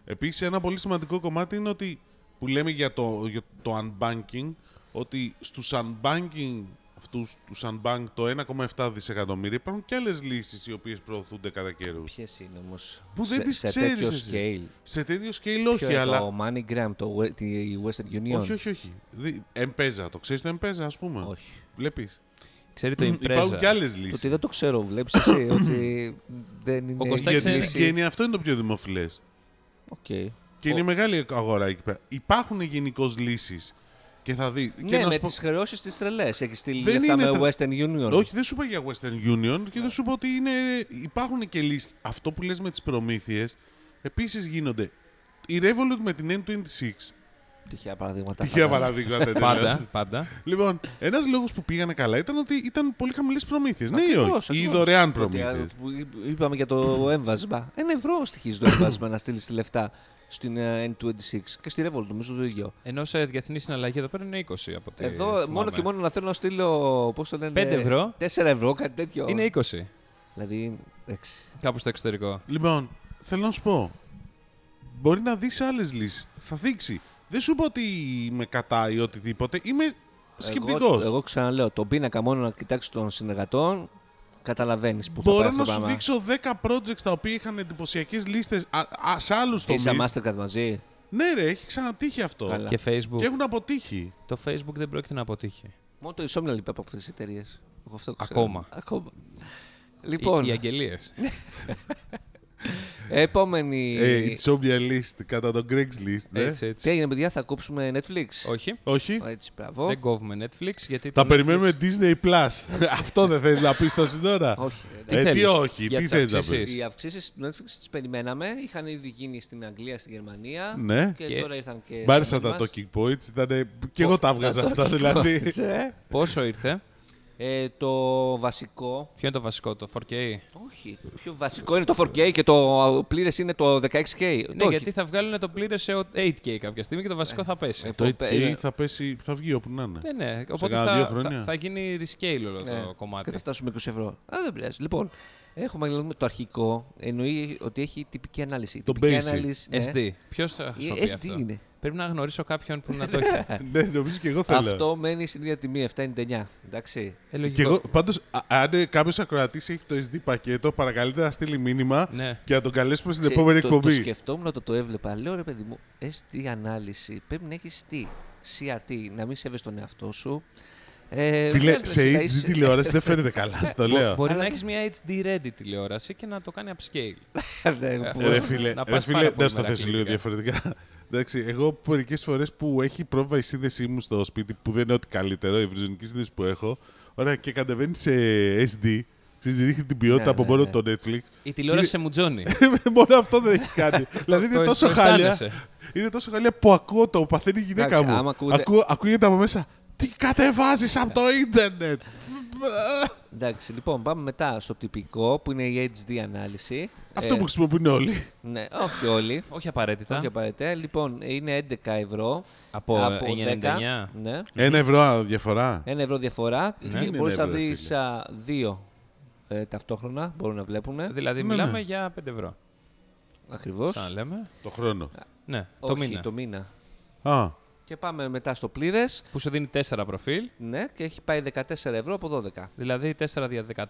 [SPEAKER 3] Επίσης, ένα πολύ σημαντικό κομμάτι είναι ότι που λέμε για το, για το unbanking, ότι στους unbanking αυτούς τους unbank το 1,7 δισεκατομμύρια υπάρχουν και άλλες λύσεις οι οποίες προωθούνται κατά καιρούς.
[SPEAKER 2] Ποιες είναι όμως.
[SPEAKER 3] Που δεν
[SPEAKER 2] σε,
[SPEAKER 3] τις
[SPEAKER 2] σε
[SPEAKER 3] ξέρεις
[SPEAKER 2] τέτοιο
[SPEAKER 3] εσύ.
[SPEAKER 2] scale.
[SPEAKER 3] Σε τέτοιο scale
[SPEAKER 2] Ποιο
[SPEAKER 3] όχι,
[SPEAKER 2] είναι
[SPEAKER 3] αλλά.
[SPEAKER 2] Το MoneyGram, το, we- τη Western Union.
[SPEAKER 3] Όχι, όχι, όχι. Δι- Εμπέζα. Το ξέρεις το εμπέζα, ας πούμε.
[SPEAKER 2] όχι.
[SPEAKER 3] Βλέπεις.
[SPEAKER 1] Ξέρει το
[SPEAKER 3] Υπάρχουν
[SPEAKER 1] Impreza.
[SPEAKER 3] και άλλες
[SPEAKER 2] Το
[SPEAKER 3] λύσεις.
[SPEAKER 2] ότι δεν το ξέρω, βλέπεις εσύ ότι δεν είναι.
[SPEAKER 1] Ο Κωστάκης
[SPEAKER 3] Γιατί
[SPEAKER 1] είναι-
[SPEAKER 3] στην Κένια αυτό είναι το πιο δημοφιλές.
[SPEAKER 2] Οκ.
[SPEAKER 3] Και είναι μεγάλη αγορά εκεί πέρα. Υπάρχουν γενικώς λύσεις. Και θα δει. και
[SPEAKER 2] Ναι,
[SPEAKER 3] να
[SPEAKER 2] με
[SPEAKER 3] σου πω-
[SPEAKER 2] τις χρεώσεις τη τρελές. Έχεις στείλει
[SPEAKER 3] Δεν
[SPEAKER 2] αυτά με
[SPEAKER 3] είναι τρα-
[SPEAKER 2] Western Union.
[SPEAKER 3] Όχι, δεν σου είπα για Western Union και δεν σου είπα ότι είναι... υπάρχουν και λύσεις. Αυτό που λες με τις προμήθειες, επίσης γίνονται. Η Revolut με την N26,
[SPEAKER 2] Τυχαία παραδείγματα.
[SPEAKER 3] τυχαία
[SPEAKER 2] φαντάζομαι.
[SPEAKER 3] παραδείγματα εντελώς.
[SPEAKER 1] Πάντα, πάντα.
[SPEAKER 3] Λοιπόν, ένας λόγος που πήγανε καλά ήταν ότι ήταν πολύ χαμηλές προμήθειες. Ναι ή
[SPEAKER 2] Ακριβώς,
[SPEAKER 3] όχι, ή
[SPEAKER 2] ακριβώς.
[SPEAKER 3] δωρεάν
[SPEAKER 2] Ότι, α,
[SPEAKER 3] προμήθειες.
[SPEAKER 2] που είπ- Είπαμε για το έμβασμα. Ένα ευρώ στοιχίζει το έμβασμα να στείλεις τη λεφτά στην ε, N26 και στη Revolt, νομίζω το ίδιο.
[SPEAKER 1] Ενώ σε διεθνή συναλλαγή εδώ πέρα είναι 20 από
[SPEAKER 3] Ε,
[SPEAKER 1] τη.
[SPEAKER 2] Εδώ μόνο και μόνο να θέλω να στείλω. Πώς το λένε.
[SPEAKER 1] Πέντε ευρώ.
[SPEAKER 2] 4 ευρώ, κάτι τέτοιο.
[SPEAKER 1] Είναι 20
[SPEAKER 2] Δηλαδή. εντάξει.
[SPEAKER 1] κάπου στο εξωτερικό.
[SPEAKER 3] Λοιπόν, θέλω να σου πω. Μπορεί να δεις άλλες λύσεις. Θα δείξει. Δεν σου είπα ότι είμαι κατά ή οτιδήποτε. Είμαι
[SPEAKER 2] Εγώ,
[SPEAKER 3] σκεπτικός.
[SPEAKER 2] εγώ ξαναλέω, τον πίνακα μόνο να κοιτάξει των συνεργατών, καταλαβαίνεις που θα πάει
[SPEAKER 3] Μπορώ
[SPEAKER 2] αυτό
[SPEAKER 3] να
[SPEAKER 2] το
[SPEAKER 3] σου
[SPEAKER 2] πράγμα.
[SPEAKER 3] δείξω 10 projects τα οποία είχαν εντυπωσιακές λίστες σε άλλους
[SPEAKER 2] Είσαι
[SPEAKER 3] τομείς.
[SPEAKER 2] Mastercard μαζί.
[SPEAKER 3] Ναι, ρε, έχει ξανατύχει αυτό.
[SPEAKER 2] Καλά.
[SPEAKER 1] Και Facebook.
[SPEAKER 3] Και έχουν αποτύχει.
[SPEAKER 1] Το Facebook δεν πρόκειται να αποτύχει.
[SPEAKER 2] Μόνο το Ισόμια λείπει από αυτές τις εταιρείες.
[SPEAKER 1] Ακόμα.
[SPEAKER 2] Ακόμα. Λοιπόν,
[SPEAKER 1] Οι, οι αγγελίες.
[SPEAKER 2] επόμενη.
[SPEAKER 3] Ε, it's on your list κατά τον Craigslist, ναι.
[SPEAKER 1] έτσι,
[SPEAKER 2] Τι
[SPEAKER 1] έτσι.
[SPEAKER 2] έγινε, παιδιά, θα κόψουμε Netflix.
[SPEAKER 1] Όχι.
[SPEAKER 3] Όχι.
[SPEAKER 2] Έτσι, μπράβο.
[SPEAKER 1] Δεν κόβουμε Netflix γιατί.
[SPEAKER 3] Ε, Τα
[SPEAKER 1] το Netflix-
[SPEAKER 3] περιμένουμε Disney Plus. αυτό δεν θες να πεις τόση ώρα.
[SPEAKER 2] Όχι. ρε,
[SPEAKER 1] Τι
[SPEAKER 3] Ε, τι
[SPEAKER 1] θέλεις?
[SPEAKER 3] όχι,
[SPEAKER 1] Για
[SPEAKER 3] τι
[SPEAKER 1] τις
[SPEAKER 3] θες να
[SPEAKER 1] αυξήσεις.
[SPEAKER 3] πεις.
[SPEAKER 2] Οι αυξήσεις του Netflix τις περιμέναμε. Είχαν ήδη γίνει στην Αγγλία, στην Γερμανία.
[SPEAKER 3] Ναι.
[SPEAKER 2] Και,
[SPEAKER 1] Και-
[SPEAKER 2] τώρα ήρθαν και.
[SPEAKER 3] Μ' άρεσαν
[SPEAKER 2] στα
[SPEAKER 3] τα
[SPEAKER 2] μέρη Ε, μας.
[SPEAKER 3] talking points. Ήτανε... Και εγώ τα έβγαζα αυτά, δηλαδή.
[SPEAKER 2] Ε,
[SPEAKER 1] Πόσο ήρθε,
[SPEAKER 2] Ε, το βασικό.
[SPEAKER 1] Ποιο είναι το βασικό, το 4K.
[SPEAKER 2] Όχι. Το πιο βασικό είναι το 4K και το πλήρες είναι το 16K.
[SPEAKER 1] Ναι, γιατί θα βγάλουν το πλήρες σε 8K κάποια στιγμή και το βασικό θα πέσει.
[SPEAKER 3] Το
[SPEAKER 2] Ε,
[SPEAKER 3] ETA θα πέσει, θα βγει όπου να είναι.
[SPEAKER 1] Ναι, ναι. Οπότε
[SPEAKER 3] κάνα
[SPEAKER 1] θα,
[SPEAKER 3] δύο
[SPEAKER 1] θα,
[SPEAKER 3] χρόνια.
[SPEAKER 1] θα γίνει rescale όλο το
[SPEAKER 2] Ναι. Και
[SPEAKER 1] κομμάτι.
[SPEAKER 2] θα φτάσουμε 20 ευρώ. Α, δεν πειράζει. Λοιπόν, έχουμε λοιπόν, το αρχικό. Εννοεί ότι έχει τυπική ανάλυση. Η
[SPEAKER 3] Το
[SPEAKER 2] τυπική
[SPEAKER 3] basic.
[SPEAKER 2] ανάλυση. ναι.
[SPEAKER 1] SD. Ποιος θα ε, χρησιμοποιεί
[SPEAKER 2] SD
[SPEAKER 1] αυτό.
[SPEAKER 2] είναι.
[SPEAKER 1] Πρέπει να γνωρίσω κάποιον που να το έχει.
[SPEAKER 3] ναι, νομίζω και εγώ θέλω.
[SPEAKER 2] Αυτό μένει στην ίδια τιμή, 7,99. Εντάξει.
[SPEAKER 1] Ε,
[SPEAKER 3] Και
[SPEAKER 1] λογικό.
[SPEAKER 3] εγώ, πάντως, α- αν κάποιος ακροατής έχει το SD πακέτο, παρακαλείται να στείλει μήνυμα
[SPEAKER 1] Ναι.
[SPEAKER 3] και να τον καλέσουμε στην
[SPEAKER 2] Ξέρεις,
[SPEAKER 3] επόμενη
[SPEAKER 2] το, Το
[SPEAKER 3] εκπομπή.
[SPEAKER 2] σκεφτόμουν όταν το έβλεπα. Λέω ρε παιδί μου, SD ανάλυση πρέπει να έχεις τι. CRT, να μην σέβεσαι τον εαυτό σου. Ε,
[SPEAKER 3] Φίλε,
[SPEAKER 2] βγάζεις
[SPEAKER 3] σε
[SPEAKER 2] τα
[SPEAKER 3] HD
[SPEAKER 2] ίση-
[SPEAKER 3] τηλεόραση δεν φαίνεται καλά, σου το λέω.
[SPEAKER 1] Μπορεί
[SPEAKER 2] Αλλά
[SPEAKER 1] να
[SPEAKER 2] τι-
[SPEAKER 1] έχεις μια HD ready τηλεόραση και να το κάνει upscale.
[SPEAKER 2] Ναι,
[SPEAKER 1] Ε,
[SPEAKER 2] που-
[SPEAKER 3] Ρε φίλε,
[SPEAKER 1] Να
[SPEAKER 3] να, ρε
[SPEAKER 1] πας
[SPEAKER 3] φίλε,
[SPEAKER 1] πάρα πολύ
[SPEAKER 3] να στο θέσω λίγο
[SPEAKER 1] μερακλείτικα.
[SPEAKER 3] διαφορετικά. Εντάξει, εγώ μερικές φορές που έχει πρόβα η σύνδεσή μου στο σπίτι, που δεν είναι ό,τι καλύτερο, η ευρυζωνική σύνδεση που έχω, ωραία, και κατεβαίνει σε SD, ξέρεις, ρίχνει την ποιότητα
[SPEAKER 2] Ναι,
[SPEAKER 3] από
[SPEAKER 2] ναι,
[SPEAKER 3] μόνο
[SPEAKER 2] ναι.
[SPEAKER 3] το Netflix.
[SPEAKER 1] Η τηλεόραση σε μουτζόνι.
[SPEAKER 3] μόνο αυτό δεν έχει κάνει. δηλαδή
[SPEAKER 1] το-
[SPEAKER 3] είναι τόσο
[SPEAKER 1] το
[SPEAKER 3] χάλια.
[SPEAKER 1] αισθάνεσαι.
[SPEAKER 3] Είναι τόσο χάλια που ακούω το παθαίνει η γυναίκα
[SPEAKER 2] Εντάξει, άμα
[SPEAKER 3] μου.
[SPEAKER 2] ακούτε-
[SPEAKER 3] Ακού- Ακούγεται από μέσα. Τι κατεβάζεις από το ίντερνετ.
[SPEAKER 2] Εντάξει, λοιπόν, πάμε μετά στο τυπικό που είναι η HD ανάλυση.
[SPEAKER 3] Αυτό
[SPEAKER 2] Ε,
[SPEAKER 3] που χρησιμοποιούν όλοι.
[SPEAKER 2] Ναι, όχι όλοι.
[SPEAKER 1] Όχι απαραίτητα.
[SPEAKER 2] όχι απαραίτητα. Λοιπόν, είναι 11 ευρώ.
[SPEAKER 1] Από, ε,
[SPEAKER 2] 10,
[SPEAKER 1] 99.
[SPEAKER 2] Ναι.
[SPEAKER 3] Ένα ευρώ διαφορά.
[SPEAKER 2] Ένα ευρώ διαφορά.
[SPEAKER 1] Ναι.
[SPEAKER 3] Τι
[SPEAKER 2] και
[SPEAKER 3] είναι
[SPEAKER 2] Μπορεί
[SPEAKER 3] ένα
[SPEAKER 2] να
[SPEAKER 3] ευρώ,
[SPEAKER 2] δεις
[SPEAKER 3] φίλε?
[SPEAKER 2] δύο ε, ταυτόχρονα. Μπορούν να βλέπουν.
[SPEAKER 1] Δηλαδή,
[SPEAKER 3] Ναι,
[SPEAKER 1] μιλάμε
[SPEAKER 3] ναι.
[SPEAKER 1] για 5 ευρώ.
[SPEAKER 2] Ακριβώς.
[SPEAKER 1] Σαν να λέμε.
[SPEAKER 3] Το χρόνο.
[SPEAKER 1] Ναι, το
[SPEAKER 2] Όχι,
[SPEAKER 1] μήνα.
[SPEAKER 2] το μήνα.
[SPEAKER 3] Α,
[SPEAKER 2] Και πάμε μετά στο πλήρες.
[SPEAKER 1] Που σου δίνει 4 προφίλ.
[SPEAKER 2] Ναι, και έχει πάει 14 ευρώ από 12.
[SPEAKER 1] Δηλαδή 4 δια 14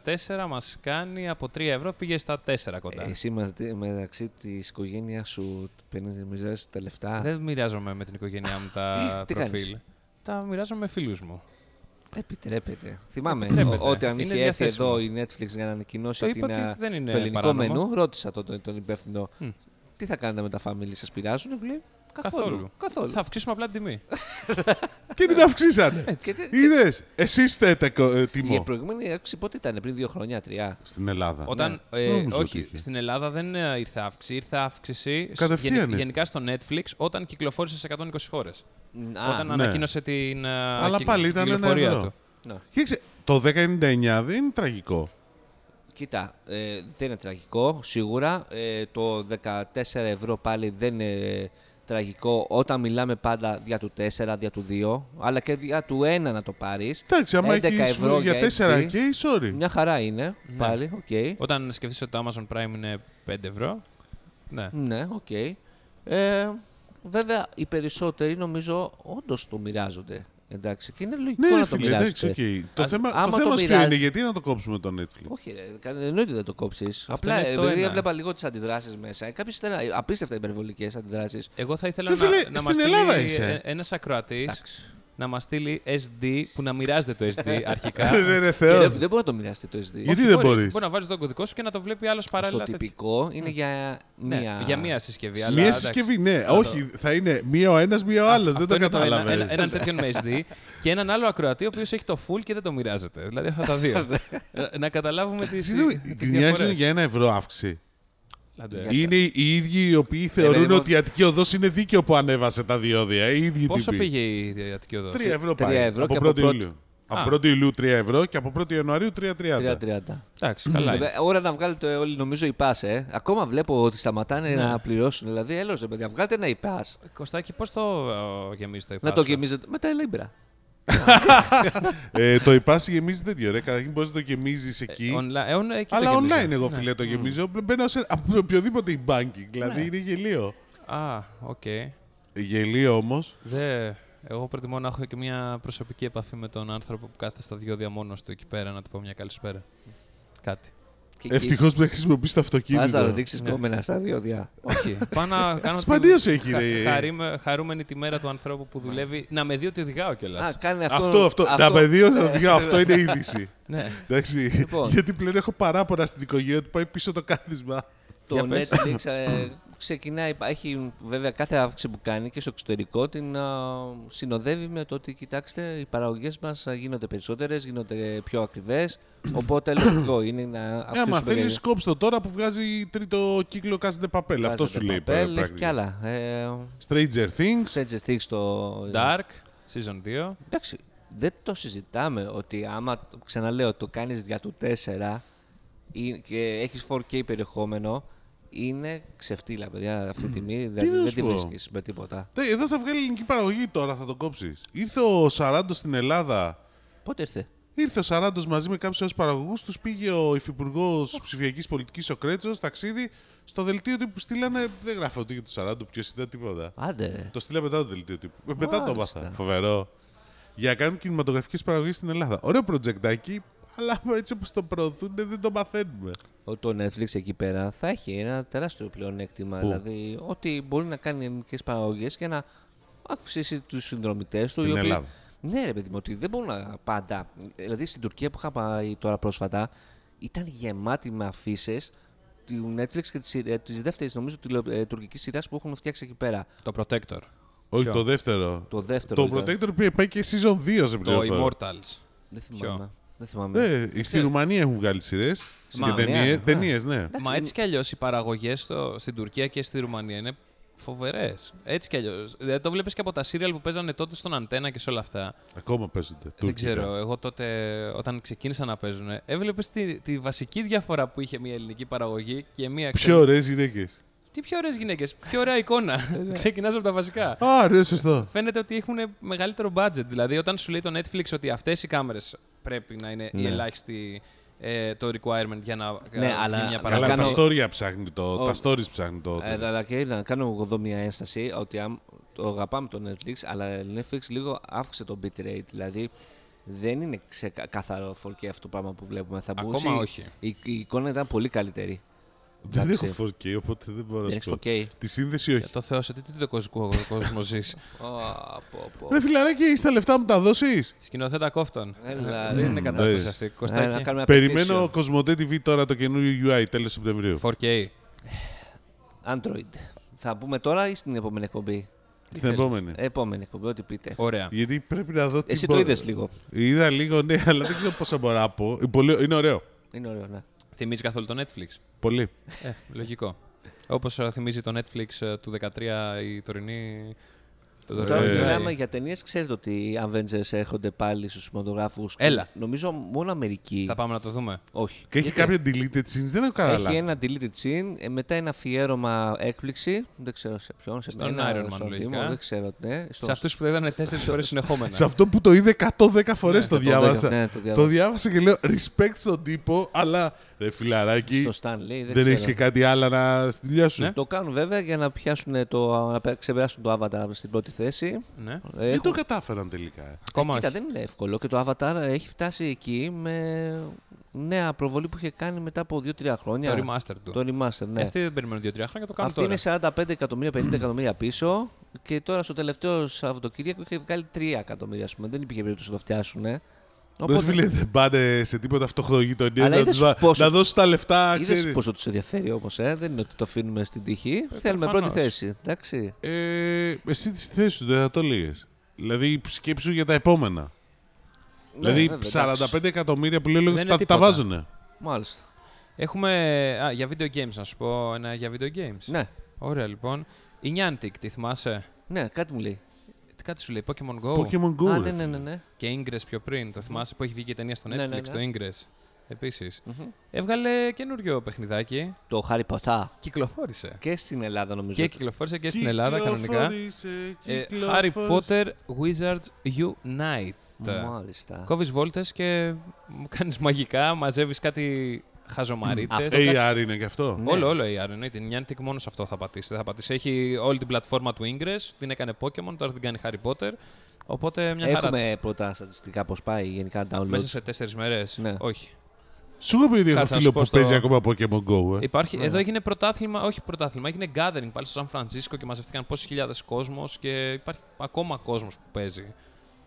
[SPEAKER 1] μας κάνει από 3 ευρώ πήγε στα 4 κοντά.
[SPEAKER 2] Εσύ μαζί- μεταξύ της οικογένειας σου παίρνεις- μοιράζεσαι τα λεφτά.
[SPEAKER 1] Δεν μοιράζομαι με την οικογένειά μου τα
[SPEAKER 2] Τι κάνεις?
[SPEAKER 1] προφίλ. Τα μοιράζομαι με φίλους μου.
[SPEAKER 2] Επιτρέπεται. Θυμάμαι
[SPEAKER 1] Επιτρέπεται.
[SPEAKER 2] ότι αν
[SPEAKER 1] Είναι
[SPEAKER 2] είχε έρθει
[SPEAKER 1] διαθέσιμο.
[SPEAKER 2] εδώ η Netflix για να ανακοινώσει
[SPEAKER 1] Το
[SPEAKER 2] ότι
[SPEAKER 1] είπα
[SPEAKER 2] είναι
[SPEAKER 1] ότι δεν είναι
[SPEAKER 2] το ελληνικό
[SPEAKER 1] παράνομο.
[SPEAKER 2] μενού, ρώτησα τον, τον, τον υπεύθυνο τι θα κάνετε με τα family, σας πειράζουν. Μου λέει καθόλου.
[SPEAKER 1] Καθόλου. Θα αυξήσουμε απλά την τιμή.
[SPEAKER 3] και την αυξήσανε.
[SPEAKER 2] Και τε-
[SPEAKER 3] Είδες, εσείς θέτε κο- ε,
[SPEAKER 2] Η
[SPEAKER 3] τιμό.
[SPEAKER 2] προηγούμενη έξι πότε ήταν, πριν δύο χρόνια, τρία.
[SPEAKER 3] Στην Ελλάδα.
[SPEAKER 1] Όταν,
[SPEAKER 3] Ναι.
[SPEAKER 1] ε,
[SPEAKER 3] Νόμιζα ότι
[SPEAKER 1] όχι,
[SPEAKER 3] είχε.
[SPEAKER 1] στην Ελλάδα δεν ε, ήρθε αύξηση, ήρθε αύξηση σ-
[SPEAKER 3] Κατευθείαν
[SPEAKER 1] γενι-
[SPEAKER 3] ήρθε.
[SPEAKER 1] γενικά στο Netflix όταν κυκλοφόρησε σε 120 χώρε.
[SPEAKER 2] Α,
[SPEAKER 1] Όταν
[SPEAKER 3] ναι.
[SPEAKER 1] ανακοίνωσε την ε,
[SPEAKER 3] Αλλά
[SPEAKER 1] κυ-
[SPEAKER 3] πάλι ήταν ένα
[SPEAKER 1] κυκλοφορία
[SPEAKER 3] ευρώ.
[SPEAKER 1] του.
[SPEAKER 2] ναι.
[SPEAKER 3] Κοίταξε, το 1099 δεν είναι τραγικό.
[SPEAKER 2] Κοίτα, ε, δεν είναι τραγικό, σίγουρα. Ε, το 14 ευρώ πάλι δεν είναι τραγικό όταν μιλάμε πάντα δια του 4, δια του 2, αλλά και δια του 1 να το πάρεις.
[SPEAKER 3] Εντάξει, άμα
[SPEAKER 2] 11
[SPEAKER 3] έχεις
[SPEAKER 2] ευρώ
[SPEAKER 3] για
[SPEAKER 2] για
[SPEAKER 3] 4
[SPEAKER 2] HD.
[SPEAKER 3] και
[SPEAKER 1] Ναι.
[SPEAKER 3] sorry.
[SPEAKER 2] Μια χαρά είναι πάλι, οκ.
[SPEAKER 1] Όταν σκεφτείς ότι το Amazon Prime είναι 5 ευρώ. Ναι.
[SPEAKER 2] Ναι, οκ. Ε, βέβαια, οι περισσότεροι νομίζω όντως το μοιράζονται. Εντάξει, και είναι λογικό
[SPEAKER 3] Ναι,
[SPEAKER 2] να
[SPEAKER 3] ρε
[SPEAKER 2] το
[SPEAKER 3] φίλε,
[SPEAKER 2] μοιράζεστε.
[SPEAKER 3] εντάξει, οκ. Το
[SPEAKER 2] Ας-
[SPEAKER 3] θέμα,
[SPEAKER 2] άμα
[SPEAKER 3] το
[SPEAKER 2] το
[SPEAKER 3] θέμα σου ποιο
[SPEAKER 2] μοιράζει-
[SPEAKER 3] είναι, γιατί να το κόψουμε το Netflix.
[SPEAKER 2] Όχι, ρε, κα- εννοείται δεν το κόψεις. Απλά ε,
[SPEAKER 1] είναι το
[SPEAKER 2] επειδή
[SPEAKER 1] ένα.
[SPEAKER 2] έβλεπα λίγο τις αντιδράσεις μέσα. Κάποιες ήταν απίστευτα υπερβολικές αντιδράσεις.
[SPEAKER 1] Εγώ θα ήθελα
[SPEAKER 3] Ρε
[SPEAKER 1] να,
[SPEAKER 3] Ε, φίλε,
[SPEAKER 1] να
[SPEAKER 3] στην
[SPEAKER 1] μας στείλει
[SPEAKER 3] Ελλάδα είσαι.
[SPEAKER 1] ένας ακροατής. να μας στείλει SD που να μοιράζεται το SD αρχικά.
[SPEAKER 3] Ναι, ναι,
[SPEAKER 2] Ε,
[SPEAKER 3] θεός.
[SPEAKER 2] Δεν μπορεί να το μοιράσετε το SD.
[SPEAKER 3] Γιατί δεν μπορείς.
[SPEAKER 1] Μπορείς να βάζεις τον κωδικό σου και να το βλέπει άλλος
[SPEAKER 2] Στο
[SPEAKER 1] παράλληλα. τέτοιο.
[SPEAKER 2] τυπικό είναι για
[SPEAKER 1] Ναι,
[SPEAKER 2] μία.
[SPEAKER 1] για μία συσκευή. αλλά
[SPEAKER 3] Μία
[SPEAKER 1] εντάξει.
[SPEAKER 3] συσκευή, ναι. Όχι, θα είναι μία ο ένας, μία ο άλλος. Δεν
[SPEAKER 1] Αυτό
[SPEAKER 3] το
[SPEAKER 1] είναι ένα-
[SPEAKER 3] κατάλαβε.
[SPEAKER 1] ένα- Έναν τέτοιον με SD και έναν άλλο ακροατή ο οποίος έχει το full και δεν το μοιράζεται. Δηλαδή αυτά τα δύο. Ε, να καταλάβουμε τις.
[SPEAKER 3] Ναι. Συγγνώμη, γκρινιάζουν για ένα ευρώ αύξηση.
[SPEAKER 1] ε.
[SPEAKER 3] Είναι οι ίδιοι οι οποίοι θεωρούν
[SPEAKER 2] παιδί μου-
[SPEAKER 3] ότι η Αττική Οδός είναι δίκαιο που ανέβασε τα διόδια. Οι ίδιοι
[SPEAKER 1] Πόσο
[SPEAKER 3] τύποι.
[SPEAKER 1] πήγε η Αττική Οδός.
[SPEAKER 3] 3 ευρώ
[SPEAKER 2] Τρία
[SPEAKER 3] πάει.
[SPEAKER 2] ευρώ
[SPEAKER 3] από
[SPEAKER 2] και
[SPEAKER 3] 1η
[SPEAKER 2] από πρώτη-
[SPEAKER 3] Ιουλίου. Από 1η Ιουλίου 3 ευρώ και από 1η Ιανουαρίου 3,30.
[SPEAKER 2] 3.30.
[SPEAKER 1] Εντάξει, καλά. είναι.
[SPEAKER 2] Βέβαια, Ώρα να βγάλετε όλοι, νομίζω, η pass, ε. Ακόμα βλέπω ότι
[SPEAKER 1] Ναι.
[SPEAKER 2] σταματάνε να πληρώσουν. Δηλαδή, έλο, ρε παιδιά, βγάλετε ένα η pass.
[SPEAKER 1] Κωστάκι, πώς το ε, γεμίζει το
[SPEAKER 2] Να
[SPEAKER 1] υπάσο.
[SPEAKER 2] το γεμίζετε με τα Libra.
[SPEAKER 3] Ε, το υπάσι γεμίζει τέτοιο ρε. Καταρχήν μπορείς να το γεμίζεις εκεί.
[SPEAKER 1] Online, ε, ον- εκεί το
[SPEAKER 3] Αλλά
[SPEAKER 1] γεμίζω.
[SPEAKER 3] online εγώ φίλε το γεμίζω. Μπαίνω σε από οποιοδήποτε e-banking. Δηλαδή είναι γελίο.
[SPEAKER 1] Α, οκ.
[SPEAKER 3] Ε, Γελίο όμως.
[SPEAKER 1] Δε, εγώ προτιμώ να έχω και μια προσωπική επαφή με τον άνθρωπο που κάθεται στα διόδια μόνος του εκεί πέρα να του πω μια καλησπέρα. Κάτι.
[SPEAKER 2] Και εκεί
[SPEAKER 3] Ευτυχώς που δεν χρησιμοποιήσει το
[SPEAKER 2] Πας να
[SPEAKER 3] αυτοκίνητο.
[SPEAKER 2] ρίξει κόμμενα στα διόδια.
[SPEAKER 1] Ναι. Όχι. Πάω να κάνω. τη-
[SPEAKER 3] Σπανίως έχει, ρε.
[SPEAKER 1] χα- χαρίμε- χαρούμενη τη μέρα του ανθρώπου που δουλεύει να με δει ότι οδηγάω
[SPEAKER 2] Α,
[SPEAKER 1] κιόλα.
[SPEAKER 2] κάνε αυτό.
[SPEAKER 3] Αυτό, αυτό. Τα παιδιά να οδηγάω, αυτό είναι είδηση.
[SPEAKER 1] Ναι.
[SPEAKER 3] Εντάξει.
[SPEAKER 2] Λοιπόν.
[SPEAKER 3] Γιατί πλέον έχω παράπονα στην οικογένεια ότι πάει πίσω το κάθισμα.
[SPEAKER 2] Το
[SPEAKER 1] Για πες.
[SPEAKER 2] Netflix ε, ξεκινάει, έχει βέβαια κάθε αύξηση που κάνει και στο εξωτερικό την α, συνοδεύει με το ότι κοιτάξτε οι παραγωγές μας α, γίνονται περισσότερες, γίνονται πιο ακριβές, οπότε λογικό είναι να
[SPEAKER 3] Ε, άμα
[SPEAKER 2] αυξήσουμε
[SPEAKER 3] θέλει,
[SPEAKER 2] και-
[SPEAKER 3] κόψτε το τώρα που βγάζει τρίτο κύκλο Κάζιντε Παπέλ. Αυτό σου λέει
[SPEAKER 2] Παπέλ, Έχει κι
[SPEAKER 3] πρακτικά.
[SPEAKER 2] άλλα. Ε,
[SPEAKER 3] Stranger Things.
[SPEAKER 2] Stranger Things το...
[SPEAKER 1] Dark, season 2.
[SPEAKER 2] Εντάξει, δεν το συζητάμε ότι άμα, ξαναλέω, το κάνεις για το 4 ή- και έχεις 4K περιεχόμενο, είναι ξεφτύλα, παιδιά, αυτή τη τιμή. δηλαδή
[SPEAKER 3] να
[SPEAKER 2] δεν
[SPEAKER 3] σου
[SPEAKER 2] τη
[SPEAKER 3] πω.
[SPEAKER 2] βρίσκεις με τίποτα.
[SPEAKER 3] Ναι, Εδώ θα βγάλει ελληνική παραγωγή τώρα, θα το κόψεις. Ήρθε ο Σαράντος στην Ελλάδα.
[SPEAKER 2] Πότε ήρθε.
[SPEAKER 3] Ήρθε ο Σαράντος μαζί με κάποιους άλλους παραγωγούς. Τους πήγε ο υφυπουργός ψηφιακής πολιτικής ο Κρέτσος ταξίδι στο δελτίο τύπου που στείλανε. Δεν γράφω ότι για του Σαράντου, ποιο ήταν τίποτα.
[SPEAKER 2] Άντε. ρε.
[SPEAKER 3] Το στείλα μετά το δελτίο τύπου. Ε, Μετά το
[SPEAKER 2] Μάλιστα.
[SPEAKER 3] μάθα. Φοβερό. Για να κάνουν κινηματογραφικές παραγωγές στην Ελλάδα. Ωραίο προτζεκτάκι, αλλά έτσι όπως το προωθούν δεν το μαθαίνουμε.
[SPEAKER 2] Ο- Το Netflix εκεί πέρα θα έχει ένα τεράστιο πλεονέκτημα. Δηλαδή, ότι μπορεί να κάνει ελληνικέ παραγωγές και να αυξήσει τους συνδρομητές του. οι οποίοι-
[SPEAKER 3] Ελλάδα.
[SPEAKER 2] Ναι, ρε παιδί μου, ότι δεν μπορούν να πάντα. Δηλαδή, στην Τουρκία που είχα πάει τώρα πρόσφατα, ήταν γεμάτη με αφήσεις του Netflix και της δεύτερης, νομίζω, τηλε- ε, τουρκικής σειράς που έχουν φτιάξει εκεί πέρα.
[SPEAKER 1] Το Protector.
[SPEAKER 3] Όχι,
[SPEAKER 1] Ποιο?
[SPEAKER 3] το δεύτερο.
[SPEAKER 2] Το δεύτερο. δηλαδή.
[SPEAKER 3] Το
[SPEAKER 2] ήταν.
[SPEAKER 3] Protector που πάει και season 2 σε
[SPEAKER 1] Το
[SPEAKER 3] πληροφορία.
[SPEAKER 1] Immortals.
[SPEAKER 2] Δεν
[SPEAKER 1] Ποιο?
[SPEAKER 2] θυμάμαι. Δεν θυμάμαι.
[SPEAKER 3] Ναι, στη Ρουμανία έχουν βγάλει σειρές και
[SPEAKER 1] Μα,
[SPEAKER 2] ναι,
[SPEAKER 3] ταινίες.
[SPEAKER 2] ναι.
[SPEAKER 3] Ταινίες, ναι.
[SPEAKER 1] Μα έτσι κι αλλιώς οι παραγωγές στην Τουρκία και στη Ρουμανία είναι φοβερές. Έτσι κι αλλιώς. Δηλαδή το βλέπεις και από τα σύριαλ που παίζανε τότε στον Αντένα και σε όλα αυτά.
[SPEAKER 3] Ακόμα παίζονται.
[SPEAKER 1] Δεν
[SPEAKER 3] τουρκικά.
[SPEAKER 1] ξέρω. Εγώ τότε, όταν ξεκίνησα να παίζουν, έβλεπες τη, τη βασική διαφορά που είχε μια ελληνική παραγωγή και μια
[SPEAKER 3] Πιο ωραίες γυναίκες.
[SPEAKER 1] Τι πιο ωραίες γυναίκες, πιο ωραία εικόνα. Ξεκινάς από τα βασικά.
[SPEAKER 3] Α, ναι, σωστό.
[SPEAKER 1] Φαίνεται ότι έχουν μεγαλύτερο budget. Δηλαδή, όταν σου λέει το Netflix ότι αυτές οι κάμερες πρέπει να είναι η ελάχιστη ε, το requirement για να ε,
[SPEAKER 2] Ναι,
[SPEAKER 1] βγει
[SPEAKER 2] αλλά-
[SPEAKER 1] μια
[SPEAKER 2] Να
[SPEAKER 3] Καλά,
[SPEAKER 1] παραγωγή.
[SPEAKER 2] κάνω-
[SPEAKER 3] τα story ψάχνει το. Τα
[SPEAKER 2] Ο-
[SPEAKER 3] stories ψάχνει το.
[SPEAKER 2] Ε, αλλά και να κάνω εγώ εδώ μια ένσταση ότι αν το αγαπάμε το Netflix, αλλά Netflix λίγο αύξησε το bitrate. Δηλαδή δεν είναι ξεκαθαρό 4K αυτό το πράγμα που βλέπουμε. Θα
[SPEAKER 1] Ακόμα
[SPEAKER 2] μπορούσε η-
[SPEAKER 1] όχι.
[SPEAKER 2] Η, η εικόνα ήταν πολύ καλύτερη.
[SPEAKER 3] Δεν
[SPEAKER 2] εντάξει.
[SPEAKER 3] έχω 4K, οπότε δεν μπορώ
[SPEAKER 2] Δεν
[SPEAKER 3] να
[SPEAKER 2] έχεις
[SPEAKER 3] σου πω.
[SPEAKER 2] 4K.
[SPEAKER 3] Τη σύνδεση όχι.
[SPEAKER 1] Ε, Το Θεό, σε τι το κόσμο ζεις.
[SPEAKER 2] Ω, πω, πω.
[SPEAKER 3] Ρε φιλαράκι, είσαι τα λεφτά μου τα δώσεις.
[SPEAKER 1] Σκηνοθέτα κόφτων.
[SPEAKER 2] Έλα,
[SPEAKER 1] Δεν είναι
[SPEAKER 2] ρε.
[SPEAKER 1] κατάσταση
[SPEAKER 3] Ναι.
[SPEAKER 1] αυτή.
[SPEAKER 2] Ε, να
[SPEAKER 1] Κωστάκι.
[SPEAKER 2] κάνουμε
[SPEAKER 3] Περιμένω
[SPEAKER 2] petition.
[SPEAKER 3] Κοσμοτέ TV τώρα το καινούριο UI τέλος Σεπτεμβρίου.
[SPEAKER 1] 4K.
[SPEAKER 2] Android. Θα πούμε τώρα ή στην επόμενη εκπομπή.
[SPEAKER 3] Στην επόμενη.
[SPEAKER 2] Επόμενη εκπομπή, ό,τι πείτε.
[SPEAKER 1] Ωραία.
[SPEAKER 3] Γιατί πρέπει να δω. τι
[SPEAKER 2] Ε, Εσύ το
[SPEAKER 3] μπο-
[SPEAKER 2] είδες λίγο.
[SPEAKER 3] Είδα λίγο, ναι, αλλά δεν ξέρω πόσα μπορώ να πω. Ε, πολύ- Είναι ωραίο.
[SPEAKER 2] Είναι ωραίο, ναι.
[SPEAKER 1] Θυμίζει καθόλου το Netflix.
[SPEAKER 3] Πολύ.
[SPEAKER 1] Ε, λογικό. Όπως θυμίζει το Netflix ε, του 13 η τωρινή. Το
[SPEAKER 2] Τώρα
[SPEAKER 1] τωρινό.
[SPEAKER 3] Ε,
[SPEAKER 2] μιλάμε για ταινίες. Ξέρετε ότι οι Avengers έρχονται πάλι στους κινηματογράφου.
[SPEAKER 1] Έλα.
[SPEAKER 2] Νομίζω μόνο Αμερική.
[SPEAKER 1] Ε, Θα πάμε να το δούμε.
[SPEAKER 2] Όχι.
[SPEAKER 3] Και έχει
[SPEAKER 2] Γιατί?
[SPEAKER 3] κάποια deleted scenes, δεν έχω
[SPEAKER 2] Έχει
[SPEAKER 3] καλά.
[SPEAKER 2] ένα deleted scene, ε, μετά ένα αφιέρωμα έκπληξη. Δεν ξέρω σε ποιον. Σε
[SPEAKER 1] Στον
[SPEAKER 2] μένα,
[SPEAKER 1] Iron Man,
[SPEAKER 2] στον
[SPEAKER 1] λογικά.
[SPEAKER 2] Τίμο, δεν ξέρω. Ναι, στο...
[SPEAKER 1] Σε αυτούς που τα είδαν 4 φορέ
[SPEAKER 3] Σε
[SPEAKER 1] συνεχόμενα.
[SPEAKER 3] αυτό που το είδε 110 φορέ το
[SPEAKER 2] 110,
[SPEAKER 3] διάβασα.
[SPEAKER 2] ναι, το διάβασα.
[SPEAKER 3] το διάβασα και λέω respect στον τύπο, αλλά ρε φιλαράκι,
[SPEAKER 2] στο Stan Lee, δεν,
[SPEAKER 3] δεν έχει
[SPEAKER 2] ξέρω.
[SPEAKER 3] και κάτι άλλο να στη δουλειά σου.
[SPEAKER 1] Ναι.
[SPEAKER 2] Το κάνουν βέβαια για να, πιάσουν το, να πε- ξεπεράσουν το Avatar στην πρώτη θέση.
[SPEAKER 1] Ναι.
[SPEAKER 2] Ε,
[SPEAKER 3] Δεν
[SPEAKER 2] Έχουν...
[SPEAKER 3] το κατάφεραν τελικά. ε.
[SPEAKER 1] Ακόμα
[SPEAKER 2] Ε, κοίτα,
[SPEAKER 1] όχι.
[SPEAKER 2] δεν είναι εύκολο και το Avatar έχει φτάσει εκεί με νέα προβολή που είχε κάνει μετά από 2-3 χρόνια.
[SPEAKER 1] Το remaster του.
[SPEAKER 2] Το remaster, ναι.
[SPEAKER 1] Αυτοί δεν περιμένουν 2-3 χρόνια, το κάνουν
[SPEAKER 2] Αυτή
[SPEAKER 1] τώρα.
[SPEAKER 2] είναι 45 εκατομμύρια, 50 εκατομμύρια πίσω. Και τώρα στο τελευταίο Σαββατοκύριακο είχε βγάλει 3 εκατομμύρια, ας πούμε. Δεν υπήρχε περίπτωση να το φτιάσουν. Ε.
[SPEAKER 3] Δεν φίλε, δεν πάνε σε τίποτα αυτοκτογείτονιε
[SPEAKER 2] Αλλά
[SPEAKER 3] να,
[SPEAKER 2] είδες
[SPEAKER 3] τους βα-
[SPEAKER 2] πόσο-
[SPEAKER 3] να δώσουν τα λεφτά,
[SPEAKER 2] Είδες
[SPEAKER 3] ξέρεις.
[SPEAKER 2] πόσο τους ενδιαφέρει όμως, ε. δεν είναι ότι το αφήνουμε στην τύχη. Θέλουμε
[SPEAKER 1] Ε, προφανώς.
[SPEAKER 2] πρώτη θέση. Εντάξει.
[SPEAKER 3] Ε, εσύ τη θέση σου δεν θα το λύγες. Δηλαδή σκέψου για τα επόμενα. δηλαδή
[SPEAKER 2] Ναι, βέβαια, εντάξει.
[SPEAKER 3] 45 εκατομμύρια που λέει ο λόγος
[SPEAKER 1] Δεν
[SPEAKER 3] τα,
[SPEAKER 1] είναι
[SPEAKER 3] τα
[SPEAKER 1] τίποτα.
[SPEAKER 3] βάζουνε.
[SPEAKER 2] Μάλιστα.
[SPEAKER 1] Έχουμε. Α, για video games, να σου πω ένα για video games.
[SPEAKER 2] Ναι.
[SPEAKER 1] Ωραία, λοιπόν. Η Niantic, τη θυμάσαι.
[SPEAKER 2] ναι, κάτι μου λέει.
[SPEAKER 1] Τι κάτι σου λέει, Pokemon Go.
[SPEAKER 3] Pokemon Go.
[SPEAKER 2] Α,
[SPEAKER 3] ρε
[SPEAKER 2] ναι, ναι,
[SPEAKER 3] φίλε.
[SPEAKER 2] ναι. ναι.
[SPEAKER 1] Και Ingress πιο πριν. Το θυμάσαι που έχει βγει και ταινία στο Netflix,
[SPEAKER 2] Ναι, ναι, ναι.
[SPEAKER 1] το Ingress. Επίσης. Έβγαλε καινούριο παιχνιδάκι.
[SPEAKER 2] Το Harry Potter.
[SPEAKER 1] Κυκλοφόρησε.
[SPEAKER 2] Και στην Ελλάδα νομίζω.
[SPEAKER 1] Και κυκλοφόρησε και στην Ελλάδα κανονικά.
[SPEAKER 3] Κυκλοφόρησε,
[SPEAKER 1] Ε, Harry
[SPEAKER 3] κυκλοφόρησε.
[SPEAKER 1] Potter Wizards Unite.
[SPEAKER 2] Μάλιστα.
[SPEAKER 1] Κόβεις βόλτες και μου κάνεις μαγικά, μαζεύεις κάτι χαζομαρίτσες.
[SPEAKER 2] Αυτό
[SPEAKER 3] AR Ε, είναι και αυτό.
[SPEAKER 2] Ναι.
[SPEAKER 1] Όλο, όλο AR είναι. Την Niantic μόνο σε αυτό θα πατήσει. Δεν θα πατήσει. Έχει όλη την πλατφόρμα του Ingress, την έκανε Pokemon, τώρα την κάνει Harry Potter. Οπότε μια χαρά.
[SPEAKER 2] Έχουμε πρώτα στατιστικά πώς πάει γενικά download.
[SPEAKER 1] Μέσα σε τέσσερις μέρες.
[SPEAKER 2] Ναι.
[SPEAKER 1] Όχι.
[SPEAKER 3] Σου έχω πει ότι έχω
[SPEAKER 1] Κάτσε να
[SPEAKER 3] φίλο
[SPEAKER 1] σου πω
[SPEAKER 3] που
[SPEAKER 1] στο-
[SPEAKER 3] παίζει ακόμα Pokemon Go. ε.
[SPEAKER 1] Υπάρχει,
[SPEAKER 2] Ναι,
[SPEAKER 1] Εδώ έγινε πρωτάθλημα, όχι πρωτάθλημα, έγινε gathering πάλι στο Σαν Φρανσίσκο και μαζεύτηκαν πόσες χιλιάδες κόσμος και υπάρχει ακόμα κόσμος που παίζει.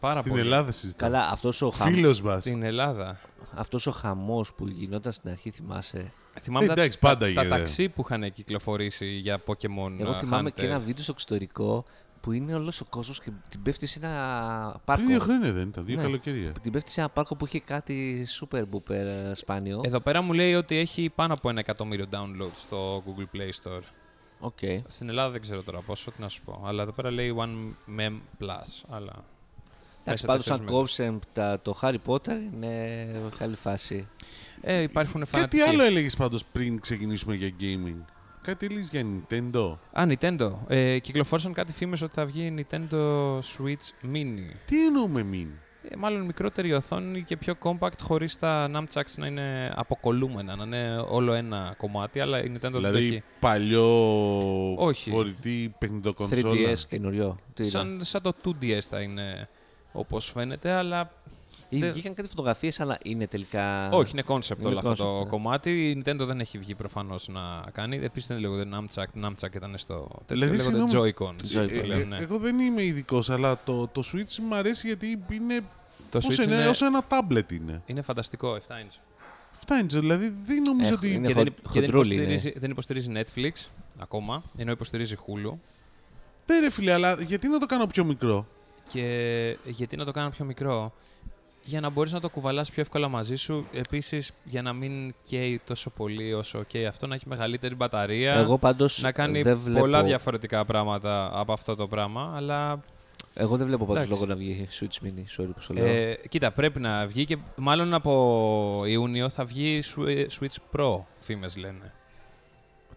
[SPEAKER 1] Πάρα
[SPEAKER 3] Στην
[SPEAKER 1] πολύ.
[SPEAKER 3] Ελλάδα συζητάμε.
[SPEAKER 2] Καλά, αυτός ο χαμό
[SPEAKER 3] Φίλος μας.
[SPEAKER 1] Στην Ελλάδα.
[SPEAKER 2] αυτός ο χαμός που γινόταν στην αρχή, θυμάσαι.
[SPEAKER 1] Θυμάμαι τα-
[SPEAKER 3] Ε, εντάξει,
[SPEAKER 1] τα,
[SPEAKER 3] πάντα
[SPEAKER 1] τα,
[SPEAKER 3] γίνεται.
[SPEAKER 1] ταξί που είχαν κυκλοφορήσει για Pokemon.
[SPEAKER 2] Εγώ
[SPEAKER 1] uh,
[SPEAKER 2] θυμάμαι
[SPEAKER 1] Hunter.
[SPEAKER 2] και ένα βίντεο στο εξωτερικό που είναι όλος ο κόσμος και την πέφτει σε ένα πάρκο.
[SPEAKER 3] Πριν δύο χρόνια δεν ήταν, δύο
[SPEAKER 2] Ναι.
[SPEAKER 3] καλοκαιρία.
[SPEAKER 2] Που την πέφτει σε ένα πάρκο που είχε κάτι super booper ε, σπάνιο.
[SPEAKER 1] Εδώ πέρα μου λέει ότι έχει πάνω από ένα εκατομμύριο downloads στο Google Play Store.
[SPEAKER 2] Οκ.
[SPEAKER 1] Στην Ελλάδα δεν ξέρω τώρα πόσο, τι να σου πω. Αλλά εδώ πέρα λέει One Mem Plus. Αλλά...
[SPEAKER 2] Εντάξει,
[SPEAKER 1] Μέσα
[SPEAKER 2] πάντω
[SPEAKER 1] τέσσερις
[SPEAKER 2] σαν
[SPEAKER 1] μέρες.
[SPEAKER 2] κόψε τα- το Harry Potter είναι καλή φάση.
[SPEAKER 1] Ε, υπάρχουν φανατικοί.
[SPEAKER 3] Κάτι άλλο έλεγες πάντως πριν ξεκινήσουμε για gaming. Κάτι έλεγε για Nintendo.
[SPEAKER 1] Α, Nintendo. Ε, κυκλοφόρησαν κάτι φήμες ότι θα βγει Nintendo Switch Mini.
[SPEAKER 3] Τι εννοούμε μην.
[SPEAKER 1] Ε, μάλλον μικρότερη οθόνη και πιο compact χωρίς τα nunchucks να είναι αποκολούμενα, να είναι όλο ένα κομμάτι, αλλά η Nintendo δεν το
[SPEAKER 3] δηλαδή
[SPEAKER 1] έχει.
[SPEAKER 3] παλιό
[SPEAKER 1] Όχι.
[SPEAKER 3] φορητή παιχνιδοκονσόλα.
[SPEAKER 2] 3DS καινούριο. Τι είναι.
[SPEAKER 1] Σαν, σαν το 2DS θα είναι όπως φαίνεται, αλλά
[SPEAKER 2] Ή
[SPEAKER 1] τε-
[SPEAKER 2] Βγήκαν κάτι φωτογραφίες, αλλά είναι τελικά.
[SPEAKER 1] όχι, είναι concept
[SPEAKER 2] είναι
[SPEAKER 1] όλο αυτό το
[SPEAKER 2] concept, ναι.
[SPEAKER 1] κομμάτι. Η Nintendo δεν έχει βγει προφανώς να κάνει. Επίσης δεν λέγονται nunchuck, nunchuck ήταν στο τέτοιο,
[SPEAKER 3] Δηλαδή,
[SPEAKER 1] λέγονται
[SPEAKER 3] συγγνώμη,
[SPEAKER 1] Joy-Con.
[SPEAKER 2] Joy-Con.
[SPEAKER 1] που
[SPEAKER 3] Ε,
[SPEAKER 1] λένε, ναι.
[SPEAKER 3] ε, εγώ δεν είμαι ειδικός, αλλά το, το Switch μου αρέσει γιατί είναι.
[SPEAKER 1] Το
[SPEAKER 3] πώς
[SPEAKER 1] Switch
[SPEAKER 3] είναι,
[SPEAKER 1] είναι,
[SPEAKER 3] όσο ένα τάμπλετ είναι.
[SPEAKER 1] είναι φανταστικό, 7 inch.
[SPEAKER 3] Φτάνει, δηλαδή δεν νομίζω
[SPEAKER 2] Έχω-
[SPEAKER 3] ότι.
[SPEAKER 2] είναι
[SPEAKER 1] Και,
[SPEAKER 2] χον-
[SPEAKER 1] δεν, και δεν,
[SPEAKER 2] χοντρούλι είναι.
[SPEAKER 1] υποστηρίζει, δεν υποστηρίζει Netflix ακόμα, ενώ υποστηρίζει Hulu.
[SPEAKER 3] Ναι, ρε φίλε, αλλά γιατί να το κάνω πιο μικρό.
[SPEAKER 1] Και γιατί να το κάνω πιο μικρό, για να μπορείς να το κουβαλάς πιο εύκολα μαζί σου. Επίσης, για να μην καίει τόσο πολύ όσο καίει αυτό, να έχει μεγαλύτερη μπαταρία.
[SPEAKER 2] Εγώ πάντως.
[SPEAKER 1] να κάνει
[SPEAKER 2] δεν βλέπω,
[SPEAKER 1] πολλά διαφορετικά πράγματα από αυτό το πράγμα, αλλά
[SPEAKER 2] Εγώ δεν βλέπω πάντως
[SPEAKER 1] Εντάξει.
[SPEAKER 2] λόγο να βγει Switch Mini. Sorry που σου λέω.
[SPEAKER 1] ε, κοίτα, πρέπει να βγει και μάλλον από Ιούνιο θα βγει Swi- Switch Pro, φήμες λένε.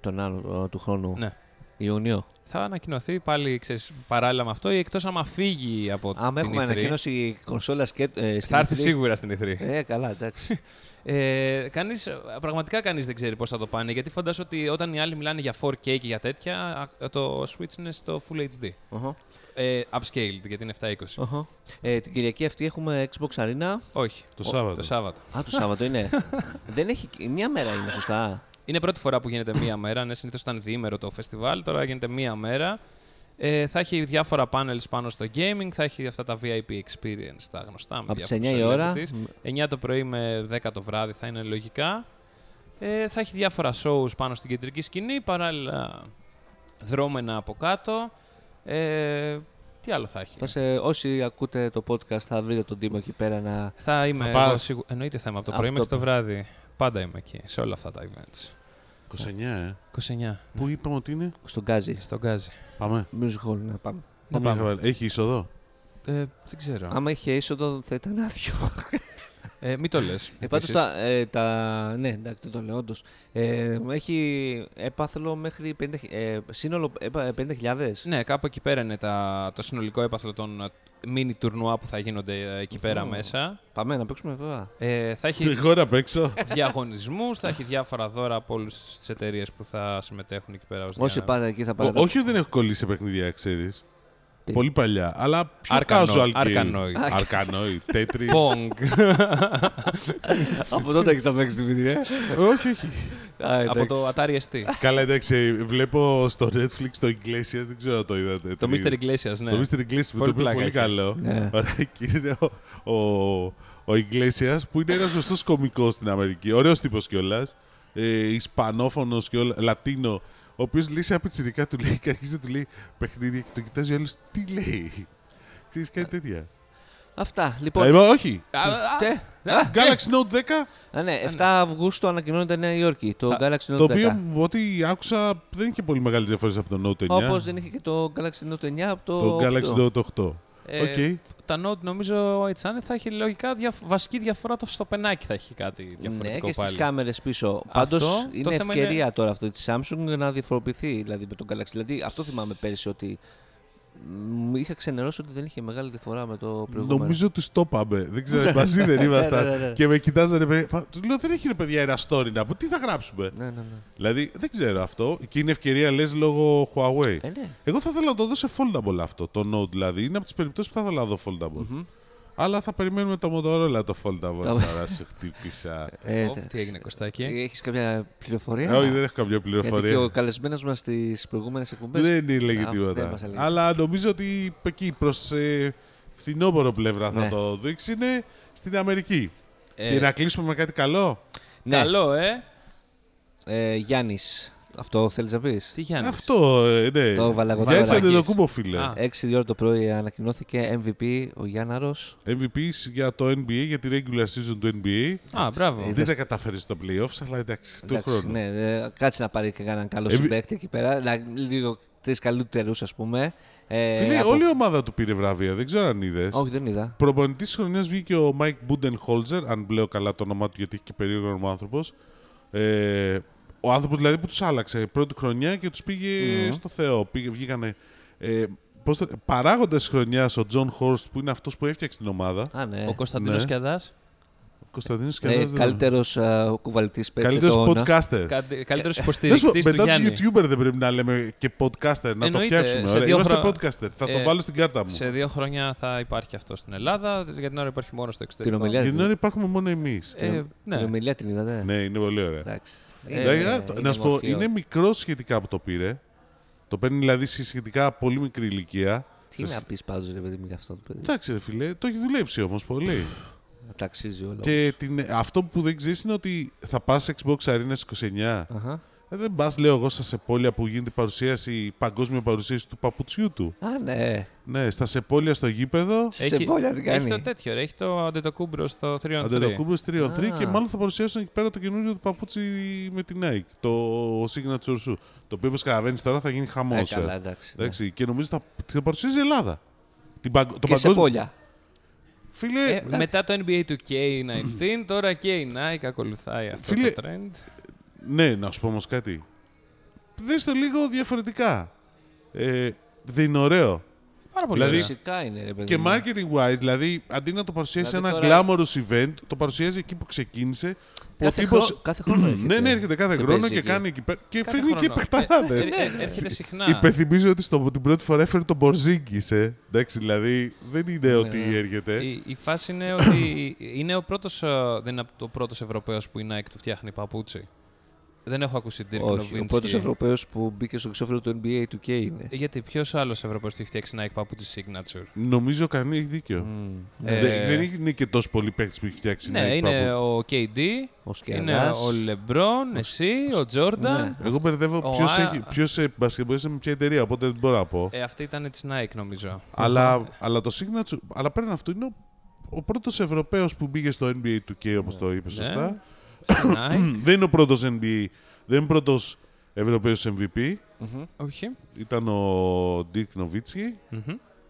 [SPEAKER 2] τον άλλο ε, του χρόνου.
[SPEAKER 1] Ναι.
[SPEAKER 2] Ιουνίου.
[SPEAKER 1] Θα ανακοινωθεί πάλι ξέρεις, παράλληλα με αυτό ή εκτός άμα φύγει από
[SPEAKER 2] Αν
[SPEAKER 1] την
[SPEAKER 2] έχουμε
[SPEAKER 1] E3.
[SPEAKER 2] ανακοίνωση κονσόλας και. Ε, στην
[SPEAKER 1] Θα έρθει
[SPEAKER 2] E3.
[SPEAKER 1] σίγουρα στην E3.
[SPEAKER 2] Ε, καλά, εντάξει.
[SPEAKER 1] Ε, κανείς, πραγματικά κανείς δεν ξέρει πώς θα το πάνε. Γιατί φαντάζομαι ότι όταν οι άλλοι μιλάνε για 4K και για τέτοια, α, το Switch είναι στο Full HD.
[SPEAKER 2] Οχο,
[SPEAKER 1] Ε, upscaled, γιατί είναι 720.
[SPEAKER 2] οχο. Ε, την Κυριακή αυτή έχουμε Xbox Arena.
[SPEAKER 1] Όχι.
[SPEAKER 3] Το Σάββατο.
[SPEAKER 1] Το Σάββατο.
[SPEAKER 2] Α, το Σάββατο είναι. δεν έχει. Μία μέρα είναι, σωστά.
[SPEAKER 1] Είναι πρώτη φορά που γίνεται μία μέρα. Ναι, συνήθως ήταν διήμερο το φεστιβάλ, τώρα γίνεται μία μέρα. Ε, θα έχει διάφορα panels πάνω στο gaming, θα έχει αυτά τα VIP experience, τα γνωστά. με
[SPEAKER 2] Από τις
[SPEAKER 1] διάφορους
[SPEAKER 2] 9 η ώρα.
[SPEAKER 1] celebrities. 9 το πρωί με 10 το βράδυ θα είναι λογικά. Ε, θα έχει διάφορα shows πάνω στην κεντρική σκηνή, παράλληλα δρόμενα από κάτω. Ε, τι άλλο θα έχει.
[SPEAKER 2] Θα σε, όσοι ακούτε το podcast θα βρείτε τον Τίμο εκεί πέρα να...
[SPEAKER 1] Θα είμαι
[SPEAKER 3] πας.
[SPEAKER 1] εγώ σίγου- Εννοείται θα είμαι από το
[SPEAKER 2] Από
[SPEAKER 1] πρωί
[SPEAKER 2] το
[SPEAKER 1] μέχρι το βράδυ. Πάντα είμαι εκεί, σε όλα αυτά τα events.
[SPEAKER 3] 29, ε.
[SPEAKER 1] 29,
[SPEAKER 3] Πού είπαμε ότι είναι.
[SPEAKER 2] στον Γκάζι.
[SPEAKER 1] στον Γκάζι.
[SPEAKER 3] Πάμε.
[SPEAKER 2] Music Hall να
[SPEAKER 1] Να
[SPEAKER 2] πάμε.
[SPEAKER 3] Πάμε,
[SPEAKER 1] πάμε.
[SPEAKER 3] Χαβάλη. Έχει είσοδο.
[SPEAKER 1] Ε, δεν ξέρω.
[SPEAKER 2] Άμα είχε είσοδο θα ήταν άδειο.
[SPEAKER 1] Ε, μην το λες.
[SPEAKER 2] Ε, πάντως τα, ε, τα... Ναι, εντάξει, δεν το λέω όντως. Ε, έχει έπαθλο μέχρι 50... Ε, σύνολο έπα- 50.000.
[SPEAKER 1] Ναι, κάπου εκεί πέρα είναι τα, το συνολικό έπαθλο των ε, μίνι τουρνουά που θα γίνονται ε, εκεί πέρα
[SPEAKER 2] Μμμ.
[SPEAKER 1] μέσα.
[SPEAKER 2] Πάμε να παίξουμε τώρα.
[SPEAKER 1] Ε, θα
[SPEAKER 3] Και
[SPEAKER 1] έχει
[SPEAKER 3] εγώ να παίξω.
[SPEAKER 1] διαγωνισμούς, θα έχει διάφορα δώρα από όλες τις εταιρείες που θα συμμετέχουν εκεί πέρα. ως
[SPEAKER 2] Όσοι
[SPEAKER 1] δια-
[SPEAKER 2] πάτε εκεί θα πάρετε...
[SPEAKER 3] Όχι ότι δεν έχω κολλήσει σε παιχνίδια, ξέρεις. Πολύ παλιά. Αλλά πιο
[SPEAKER 1] Arcanoid.
[SPEAKER 3] casual game.
[SPEAKER 1] Arcanoid.
[SPEAKER 3] Arcanoid. Τέτρι.
[SPEAKER 1] Pong.
[SPEAKER 2] Από τότε έχεις παίξει τη βίντεο. ε.
[SPEAKER 3] Ε, όχι, όχι.
[SPEAKER 1] από το Atari ST.
[SPEAKER 3] Καλά, εντάξει. Βλέπω στο Netflix το Iglesias, δεν ξέρω αν το είδατε.
[SPEAKER 1] το Mr. Iglesias, ναι.
[SPEAKER 3] Το Mr. Iglesias που
[SPEAKER 1] Πολύ
[SPEAKER 3] το οποίο είναι
[SPEAKER 1] πλάκα
[SPEAKER 3] πολύ
[SPEAKER 1] έχει.
[SPEAKER 3] καλό. Ωραία, και είναι ο, ο, ο Iglesias που είναι ένας ζωστό κωμικός στην Αμερική. Ωραίος τύπος κιόλας. Ε, Ισπανόφωνος και όλα, Λατίνο. Ο οποίος λέει σε απετσιδικά του λέει και αρχίζει να του λέει παιχνίδια και το κοιτάζει όλο. Τι λέει. Ξέρεις κάτι τέτοια.
[SPEAKER 2] Αυτά.
[SPEAKER 3] Ε,
[SPEAKER 2] Λοιπόν.
[SPEAKER 3] μα, όχι.
[SPEAKER 1] Α, α,
[SPEAKER 2] τε-
[SPEAKER 1] α,
[SPEAKER 3] Galaxy
[SPEAKER 2] Ε.
[SPEAKER 3] Note 10,
[SPEAKER 2] Α, ναι, 7 Αυγούστου ανακοινώνεται Νέα Υόρκη. Το Galaxy
[SPEAKER 3] το
[SPEAKER 2] Note 10.
[SPEAKER 3] οποίο από ό,τι άκουσα δεν είχε πολύ μεγάλες διαφορές από το Note 9.
[SPEAKER 2] Όπως δεν είχε και το Galaxy Note 9 από το.
[SPEAKER 3] Το
[SPEAKER 2] 8.
[SPEAKER 3] Galaxy Note 8. Οκ.
[SPEAKER 1] ε, Τα Note νομίζω έτσι αν είναι, θα έχει λογικά διαφ- βασική διαφορά το στο πενάκι θα έχει κάτι
[SPEAKER 2] Ναι,
[SPEAKER 1] διαφορετικό
[SPEAKER 2] και στις
[SPEAKER 1] πάλι.
[SPEAKER 2] κάμερες πίσω. Πάντως
[SPEAKER 1] το
[SPEAKER 2] είναι
[SPEAKER 1] θέμα
[SPEAKER 2] ευκαιρία
[SPEAKER 1] είναι-
[SPEAKER 2] τώρα αυτό της Samsung να διαφοροποιηθεί δηλαδή, με τον Galaxy. Δηλαδή αυτό θυμάμαι πέρσι ότι μ, είχα ξενερώσει ότι δεν είχε μεγάλη διαφορά με το προηγούμενο.
[SPEAKER 3] Νομίζω τους το είπαμε. Δεν ξέρω, μαζί δεν
[SPEAKER 2] Ναι, ναι, ναι.
[SPEAKER 3] ήμασταν. και με κοιτάζανε. παι- πα- Του λέω δεν έχει ρε παιδιά ένα story να πω. Τι θα γράψουμε.
[SPEAKER 2] Ναι, ναι, ναι.
[SPEAKER 3] δηλαδή δεν ξέρω αυτό. Και είναι ευκαιρία λες λόγω Huawei.
[SPEAKER 2] Ε, ναι.
[SPEAKER 3] Εγώ θα ήθελα να το δω σε foldable αυτό. Το Note δηλαδή. Είναι από τις περιπτώσεις που θα ήθελα να δω foldable. Αλλά θα περιμένουμε το Motorola το foldable. Τώρα σου χτύπησα.
[SPEAKER 2] Ε,
[SPEAKER 1] Ωπ, τι έγινε Κωστάκη.
[SPEAKER 2] Έχεις κάποια πληροφορία.
[SPEAKER 3] Ε, Όχι, δεν έχω καμιά
[SPEAKER 2] Γιατί και
[SPEAKER 3] πληροφορία.
[SPEAKER 2] ο καλεσμένος μας στις προηγούμενες εκπομπές.
[SPEAKER 3] Δεν έλεγε
[SPEAKER 2] Α, δεν
[SPEAKER 3] τίποτα.
[SPEAKER 2] μας έλεγε.
[SPEAKER 3] Αλλά νομίζω ότι εκεί προς ε, φθινόπωρο πλευρά θα
[SPEAKER 2] Ναι.
[SPEAKER 3] το δείξει είναι στην Αμερική.
[SPEAKER 1] Ε.
[SPEAKER 3] Και να κλείσουμε με κάτι καλό.
[SPEAKER 2] Ναι.
[SPEAKER 1] Καλό, ε.
[SPEAKER 2] Ε, Γιάννης, αυτό θέλεις να πεις.
[SPEAKER 1] Τι Γιάννης.
[SPEAKER 3] Αυτό, ε, ναι.
[SPEAKER 2] Το έβαλα εγώ, το
[SPEAKER 3] Για έτσι
[SPEAKER 2] έβαλα.
[SPEAKER 3] δεν το κούμπο, φίλε.
[SPEAKER 1] Α.
[SPEAKER 2] 6 ώρα το πρωί ανακοινώθηκε MVP ο Γιάνναρος.
[SPEAKER 3] MVP για το NBA, για τη regular season του NBA.
[SPEAKER 1] Α, μπράβο.
[SPEAKER 3] Δεν τα κατάφερε στο playoffs, αλλά εντάξει, του
[SPEAKER 2] Εντάξει,
[SPEAKER 3] χρόνου.
[SPEAKER 2] Ναι, ε, κάτσε να πάρει και κανέναν καλό
[SPEAKER 3] Ε,
[SPEAKER 2] συμπαίκτη εκεί πέρα. Να, λίγο τρεις καλύτερους, ας πούμε. Ε,
[SPEAKER 3] Φίλε,
[SPEAKER 2] από-
[SPEAKER 3] όλη η ομάδα του πήρε βραβεία, δεν ξέρω αν είδες.
[SPEAKER 2] Όχι, δεν είδα.
[SPEAKER 3] Προπονητής της χρονιάς βγήκε ο Μάικ Budenholzer, αν μπλέω καλά το όνομά του, γιατί έχει και περίεργο όνομα άνθρωπος. Ε, ο άνθρωπος δηλαδή που τους άλλαξε πρώτη χρονιά και τους πήγε στο Θεό. Πήγε, βγήκανε. Ε, Παράγοντας της χρονιάς ο Τζον Χόρστ που είναι αυτός που έφτιαξε την ομάδα.
[SPEAKER 2] Α, ναι.
[SPEAKER 1] Ο Κωνσταντίνος
[SPEAKER 3] Ναι.
[SPEAKER 1] Κιαδάς.
[SPEAKER 3] Κωνσταντίνος και
[SPEAKER 2] Ε, Καλύτερο κουβαλτή παίκτη.
[SPEAKER 3] Καλύτερο podcaster.
[SPEAKER 1] Καντε- Καλύτερος
[SPEAKER 3] Να σου πω,
[SPEAKER 1] υποστηρικτής του
[SPEAKER 3] Μετά τους
[SPEAKER 1] Γιάννη.
[SPEAKER 3] YouTuber δεν πρέπει να λέμε και podcaster, να το
[SPEAKER 1] Εννοείται,
[SPEAKER 3] φτιάξουμε.
[SPEAKER 1] σε
[SPEAKER 3] ωραία.
[SPEAKER 1] δύο
[SPEAKER 3] Είμαστε
[SPEAKER 1] χρο-
[SPEAKER 3] podcaster. Θα το
[SPEAKER 1] Ε,
[SPEAKER 3] βάλω στην κάρτα μου.
[SPEAKER 1] Σε δύο χρόνια θα υπάρχει αυτό στην Ελλάδα. Για την ώρα υπάρχει μόνο στο
[SPEAKER 2] Την
[SPEAKER 1] εξωτερικό.
[SPEAKER 2] ομιλία,
[SPEAKER 3] Για την ώρα
[SPEAKER 2] την,
[SPEAKER 3] υπάρχουμε μόνο εμείς.
[SPEAKER 1] Ε,
[SPEAKER 2] την
[SPEAKER 1] ναι.
[SPEAKER 2] ομιλία την είδατε.
[SPEAKER 3] Ναι, είναι πολύ ωραία.
[SPEAKER 2] Εντάξει.
[SPEAKER 3] Δηλαδή,
[SPEAKER 2] Είναι-
[SPEAKER 3] α, το-
[SPEAKER 2] είναι
[SPEAKER 3] να σου πω,
[SPEAKER 2] μορφιό.
[SPEAKER 3] είναι μικρό σχετικά που το πήρε. Το παίρνει δηλαδή σε σχετικά πολύ μικρή ηλικία.
[SPEAKER 2] Τι
[SPEAKER 3] Σε-
[SPEAKER 2] να πεις πάντως, ρε παιδί μου, για αυτό το παιδί.
[SPEAKER 3] Εντάξει, ρε φίλε, το έχει δουλέψει όμως πολύ.
[SPEAKER 2] Να ταξίζει όλα.
[SPEAKER 3] και την, αυτό που δεν ξέρεις είναι ότι θα πας Xbox Arena στις 29.
[SPEAKER 2] Αχα.
[SPEAKER 3] Ε, δεν πας, λέω εγώ, στα Σεπόλια που γίνεται η παρουσίαση, η παγκόσμια παρουσίαση του παπουτσιού του.
[SPEAKER 2] Α, ναι.
[SPEAKER 3] Ναι, στα Σεπόλια στο γήπεδο.
[SPEAKER 2] Σε πόλια την
[SPEAKER 1] έχει
[SPEAKER 2] κάνει.
[SPEAKER 1] το τέτοιο, ρε. έχει το αντετοκούμπρο στο 3 on 3.
[SPEAKER 3] Αντελοκούμπρο 3 on 3
[SPEAKER 2] Α.
[SPEAKER 3] και μάλλον θα παρουσιάσουν εκεί πέρα το καινούριο του παπούτσι με την Nike. Το Signature Shoe. Το οποίο όπως καταλαβαίνεις τώρα θα γίνει χαμός.
[SPEAKER 2] Ε, καλά, εντάξει. ναι.
[SPEAKER 3] Εντάξει, και νομίζω θα, θα παρουσιάζει η Ελλάδα. Την παγκο- το
[SPEAKER 2] Και σε
[SPEAKER 3] παγκόσμιο-
[SPEAKER 2] πόλια.
[SPEAKER 3] Φίλε,
[SPEAKER 1] Ε, μετά το NBA του K19, τώρα και η Nike ακολουθάει αυτό
[SPEAKER 3] Φίλε,
[SPEAKER 1] το trend.
[SPEAKER 3] ναι, να σου πω όμως κάτι. Δες το λίγο διαφορετικά. Ε, δεν είναι ωραίο.
[SPEAKER 1] Πάρα πολύ
[SPEAKER 3] δηλαδή,
[SPEAKER 1] ωραία.
[SPEAKER 2] Φυσικά είναι, ρε παιδί
[SPEAKER 3] Και
[SPEAKER 2] μου.
[SPEAKER 3] marketing wise, δηλαδή αντί να το παρουσιάσει
[SPEAKER 2] Ναι. Δηλαδή,
[SPEAKER 3] ένα
[SPEAKER 2] τώρα-
[SPEAKER 3] glamorous event, το παρουσιάζει εκεί που ξεκίνησε. Που ο
[SPEAKER 2] Κάθε,
[SPEAKER 3] τύπος-
[SPEAKER 2] χρόνο, κάθε χρόνο έρχεται.
[SPEAKER 3] Ναι, ναι, έρχεται κάθε
[SPEAKER 2] Και
[SPEAKER 3] χρόνο
[SPEAKER 2] παίζει
[SPEAKER 3] και
[SPEAKER 2] εκεί.
[SPEAKER 3] κάνει εκεί πέρα. Και
[SPEAKER 1] Κάθε
[SPEAKER 3] φέρνει και
[SPEAKER 1] χρόνο.
[SPEAKER 3] παιχταράδε.
[SPEAKER 1] Ε, ναι, έρχεται συχνά.
[SPEAKER 3] Υπενθυμίζω ότι στο, την πρώτη φορά έφερε τον Μπορζίνκη, ε. Εντάξει, δηλαδή δεν
[SPEAKER 1] Ναι,
[SPEAKER 3] είναι ότι έρχεται.
[SPEAKER 1] Η, η φάση είναι ότι είναι ο πρώτος, ε, δεν είναι ο πρώτος Ευρωπαίος που η Nike του φτιάχνει παπούτσι. Δεν έχω ακούσει Dirk
[SPEAKER 2] Όχι, ο
[SPEAKER 1] Nowitzki.
[SPEAKER 2] πρώτο Ευρωπαίος που μπήκε στο ξόφυλλο του NBA του K είναι.
[SPEAKER 1] Ε, Γιατί ποιος άλλος Ευρωπαίος του έχει φτιάξει Nike παπούτσι signature.
[SPEAKER 3] Νομίζω κανεί έχει δίκιο.
[SPEAKER 1] Ε,
[SPEAKER 3] Δεν, δεν είναι και τόσο πολύ παίκτη που έχει φτιάξει.
[SPEAKER 1] ναι,
[SPEAKER 3] Nike
[SPEAKER 1] είναι
[SPEAKER 3] Bubble.
[SPEAKER 1] ο KD,
[SPEAKER 2] Ο
[SPEAKER 1] είναι
[SPEAKER 2] Σκιαδάς.
[SPEAKER 1] ο Λεμπρόν, εσύ, ο Τζόρνταν.
[SPEAKER 3] Εγώ μπερδεύω
[SPEAKER 1] Ο
[SPEAKER 3] ποιος
[SPEAKER 1] Α-
[SPEAKER 3] έχει. Ποιος ε, μπασκετμπολίστας με ποια εταιρεία, οπότε δεν μπορώ να πω.
[SPEAKER 1] Ε, αυτή ήταν της Nike νομίζω.
[SPEAKER 3] αλλά, αλλά το signature. Αλλά πέραν αυτού είναι ο, ο πρώτος Ευρωπαίος που μπήκε στο NBA 2K, όπως το
[SPEAKER 1] Ναι.
[SPEAKER 3] είπε σωστά.
[SPEAKER 1] Στη Nike.
[SPEAKER 3] Δεν είναι ο πρώτος NBA. Δεν είναι πρώτος Ευρωπαίος MVP.
[SPEAKER 1] Όχι.
[SPEAKER 3] Ήταν ο Dirk Nowitzki.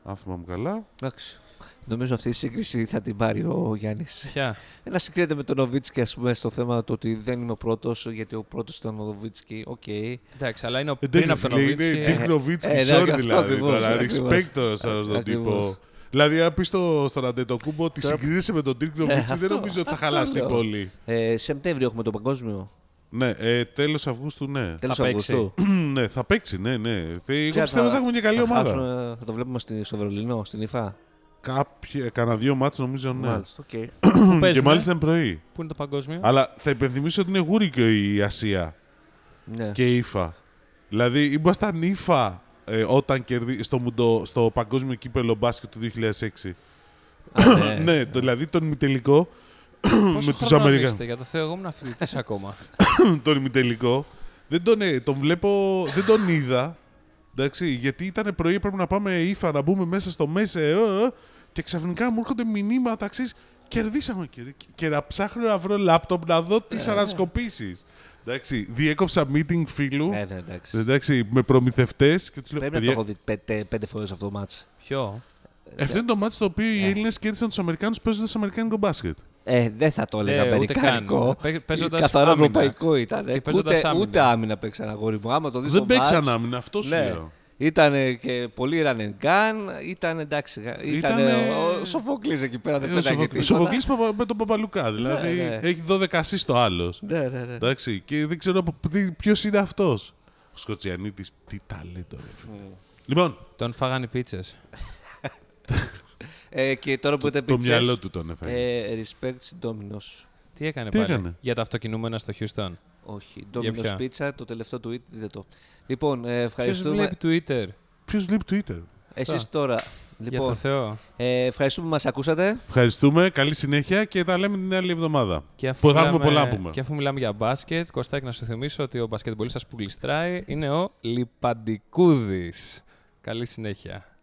[SPEAKER 3] Αν θυμάμαι καλά.
[SPEAKER 2] Εντάξει. Νομίζω αυτή η σύγκριση θα την πάρει ο Γιάννης.
[SPEAKER 1] Ποια.
[SPEAKER 2] Να συγκρίνεται με τον Νοβίτσκι, ας πούμε, στο θέμα του ότι δεν είμαι ο πρώτος, γιατί ο πρώτος ήταν ο Νοβίτσκι. Οκ.
[SPEAKER 1] Εντάξει, αλλά είναι ο
[SPEAKER 3] Ε, Εντάξει,
[SPEAKER 1] πριν από τον
[SPEAKER 3] φίλε,
[SPEAKER 1] Nowitzki.
[SPEAKER 3] Είναι Dirk Nowitzki,
[SPEAKER 2] ε,
[SPEAKER 3] sorry
[SPEAKER 2] αυτό
[SPEAKER 3] δηλαδή.
[SPEAKER 2] ακριβώς,
[SPEAKER 3] τώρα,
[SPEAKER 2] ακριβώς.
[SPEAKER 3] respect τώρα σαν
[SPEAKER 2] Ε,
[SPEAKER 3] στον
[SPEAKER 2] ακριβώς.
[SPEAKER 3] τύπο. Δηλαδή, αν πεις στο, στον Αντετοκούμπο ότι συγκρίνεσαι με τον Dirk Nowitzki,
[SPEAKER 2] Ε, αυτό-
[SPEAKER 3] δεν νομίζω ότι θα
[SPEAKER 2] αυτό
[SPEAKER 3] χαλάσει την
[SPEAKER 2] λέω.
[SPEAKER 3] πόλη.
[SPEAKER 2] Ε, Σεπτέμβριο έχουμε το παγκόσμιο.
[SPEAKER 3] Ναι, ε, τέλος Αυγούστου, ναι.
[SPEAKER 2] Τέλος
[SPEAKER 1] παίξει.
[SPEAKER 2] Αυγούστου.
[SPEAKER 3] ναι, θα παίξει, ναι, ναι. Θε- Εγώ
[SPEAKER 2] Ποια
[SPEAKER 3] πιστεύω ότι θα έχουμε και καλή
[SPEAKER 2] θα
[SPEAKER 3] ομάδα.
[SPEAKER 2] χάσουμε- θα το βλέπουμε στη- στο Βερολίνο, στην ΙΦΑ.
[SPEAKER 3] Κάποιοι, κανένα δύο μάτς νομίζω, ναι.
[SPEAKER 2] Μάλιστα, οκ.
[SPEAKER 1] Πού
[SPEAKER 3] Και
[SPEAKER 1] παίζουμε,
[SPEAKER 3] μάλιστα είναι πρωί.
[SPEAKER 1] πού είναι το παγκόσμιο.
[SPEAKER 3] Αλλά θα υπενθυμίσω ότι είναι γούρικο η Ασία
[SPEAKER 2] Ναι.
[SPEAKER 3] και η ΙΦΑ. Δηλαδή, ήμασταν ΙΦΑ ε, όταν κερδί, στο, μουντο, στο παγκόσμιο κύπελο μπάσκετ του 2006.
[SPEAKER 2] Α, ναι.
[SPEAKER 3] ναι, το- δηλαδή τον ημιτελικό
[SPEAKER 1] Πόσο
[SPEAKER 3] με τους
[SPEAKER 1] χρονών
[SPEAKER 3] Αμερικανούς.
[SPEAKER 1] είστε, για το Θεό, εγώ ήμουν αθλητής ακόμα.
[SPEAKER 3] τον ημιτελικό. Δεν τον, ε, τον βλέπω, δεν τον είδα. Εντάξει, γιατί ήταν πρωί, πρέπει να πάμε ύφα να μπούμε μέσα στο μέσα. ε, ε, ε, και ξαφνικά μου έρχονται μηνύματα, ξέρεις, κερδίσαμε. Και, και να ψάχνω να βρω λάπτοπ να δω
[SPEAKER 2] Ε.
[SPEAKER 3] τι ανασκοπήσεις. Εντάξει, διέκοψα meeting φίλου.
[SPEAKER 2] Ναι, ναι, εντάξει.
[SPEAKER 3] Εντάξει, με προμηθευτές και τους λέω:
[SPEAKER 2] Πρέπει να το έχω
[SPEAKER 3] Παιδιά,
[SPEAKER 2] δει πέντε, πέντε φορές αυτό το μάτς.
[SPEAKER 1] Ποιο.
[SPEAKER 3] αυτό είναι το μάτι στο οποίο
[SPEAKER 2] Ναι.
[SPEAKER 3] οι Έλληνες κέρδισαν τους Αμερικάνους παίζοντας αμερικάνικο μπάσκετ.
[SPEAKER 2] Ε, δεν θα το έλεγα
[SPEAKER 1] Ε, ούτε
[SPEAKER 2] αμερικανικό.
[SPEAKER 1] καν. Παί- παίζοντας
[SPEAKER 2] Καθαρά
[SPEAKER 1] άμυνα.
[SPEAKER 2] ευρωπαϊκό ήταν. ε.
[SPEAKER 1] Και παίζοντας
[SPEAKER 2] Ούτε,
[SPEAKER 1] άμυνα.
[SPEAKER 2] ούτε άμυνα παίξαν αγόρι μου. Άμα το δεις
[SPEAKER 3] Δεν
[SPEAKER 2] το μάτς,
[SPEAKER 3] παίξαν άμυνα, αυτό σου
[SPEAKER 2] Ναι.
[SPEAKER 3] λέω.
[SPEAKER 2] Ήταν και πολύ run and gun. Ήταν εντάξει. Ήταν
[SPEAKER 3] Ήτανε-
[SPEAKER 2] ο, ο Σοφοκλής εκεί πέρα. Δεν
[SPEAKER 3] Ε, ο
[SPEAKER 2] πέταγε
[SPEAKER 3] Σοφοκλής-
[SPEAKER 2] τίποτα.
[SPEAKER 3] Σοφοκλής Παπα- με τον Παπαλουκά. Δηλαδή
[SPEAKER 2] Ναι, ναι.
[SPEAKER 3] έχει 12 assist το άλλος.
[SPEAKER 2] Ναι, ναι, ναι.
[SPEAKER 3] Εντάξει, και δεν ξέρω ποιος είναι αυτός. Ο Σκοτσιανίτης, τι ταλέντο, ρε φίλε.
[SPEAKER 2] Ναι.
[SPEAKER 3] Λοιπόν,
[SPEAKER 1] Τον φάγανε οι πίτσες.
[SPEAKER 2] Ε, και τώρα που ήταν
[SPEAKER 3] το μυαλό του τον έφαγε.
[SPEAKER 2] Ε, respect στην Domino's.
[SPEAKER 1] Τι έκανε
[SPEAKER 3] Τι
[SPEAKER 1] πάλι
[SPEAKER 3] έκανε?
[SPEAKER 1] για τα αυτοκινούμενα στο Χιούστον.
[SPEAKER 2] Όχι,
[SPEAKER 1] Για
[SPEAKER 2] Domino's
[SPEAKER 1] ποια?
[SPEAKER 2] Pizza, το τελευταίο tweet δεν το. Λοιπόν, ε,
[SPEAKER 1] Ποιος
[SPEAKER 2] ευχαριστούμε.
[SPEAKER 1] βλέπει Twitter.
[SPEAKER 3] Ποιος βλέπει Twitter.
[SPEAKER 2] Εσείς τώρα.
[SPEAKER 1] Για το
[SPEAKER 2] Λοιπόν,
[SPEAKER 1] Θεό.
[SPEAKER 2] ε, ευχαριστούμε που μας ακούσατε.
[SPEAKER 3] Ευχαριστούμε, καλή συνέχεια και τα λέμε την άλλη εβδομάδα.
[SPEAKER 1] Και αφού,
[SPEAKER 3] Που θα έχουμε
[SPEAKER 1] μιλάμε-
[SPEAKER 3] πολλά να πούμε.
[SPEAKER 1] και αφού μιλάμε για μπάσκετ, Κωστάκη, να σου θυμίσω ότι ο μπασκετμπολίστας που γλιστράει είναι ο Λιπαντικούδης. Καλή συνέχεια.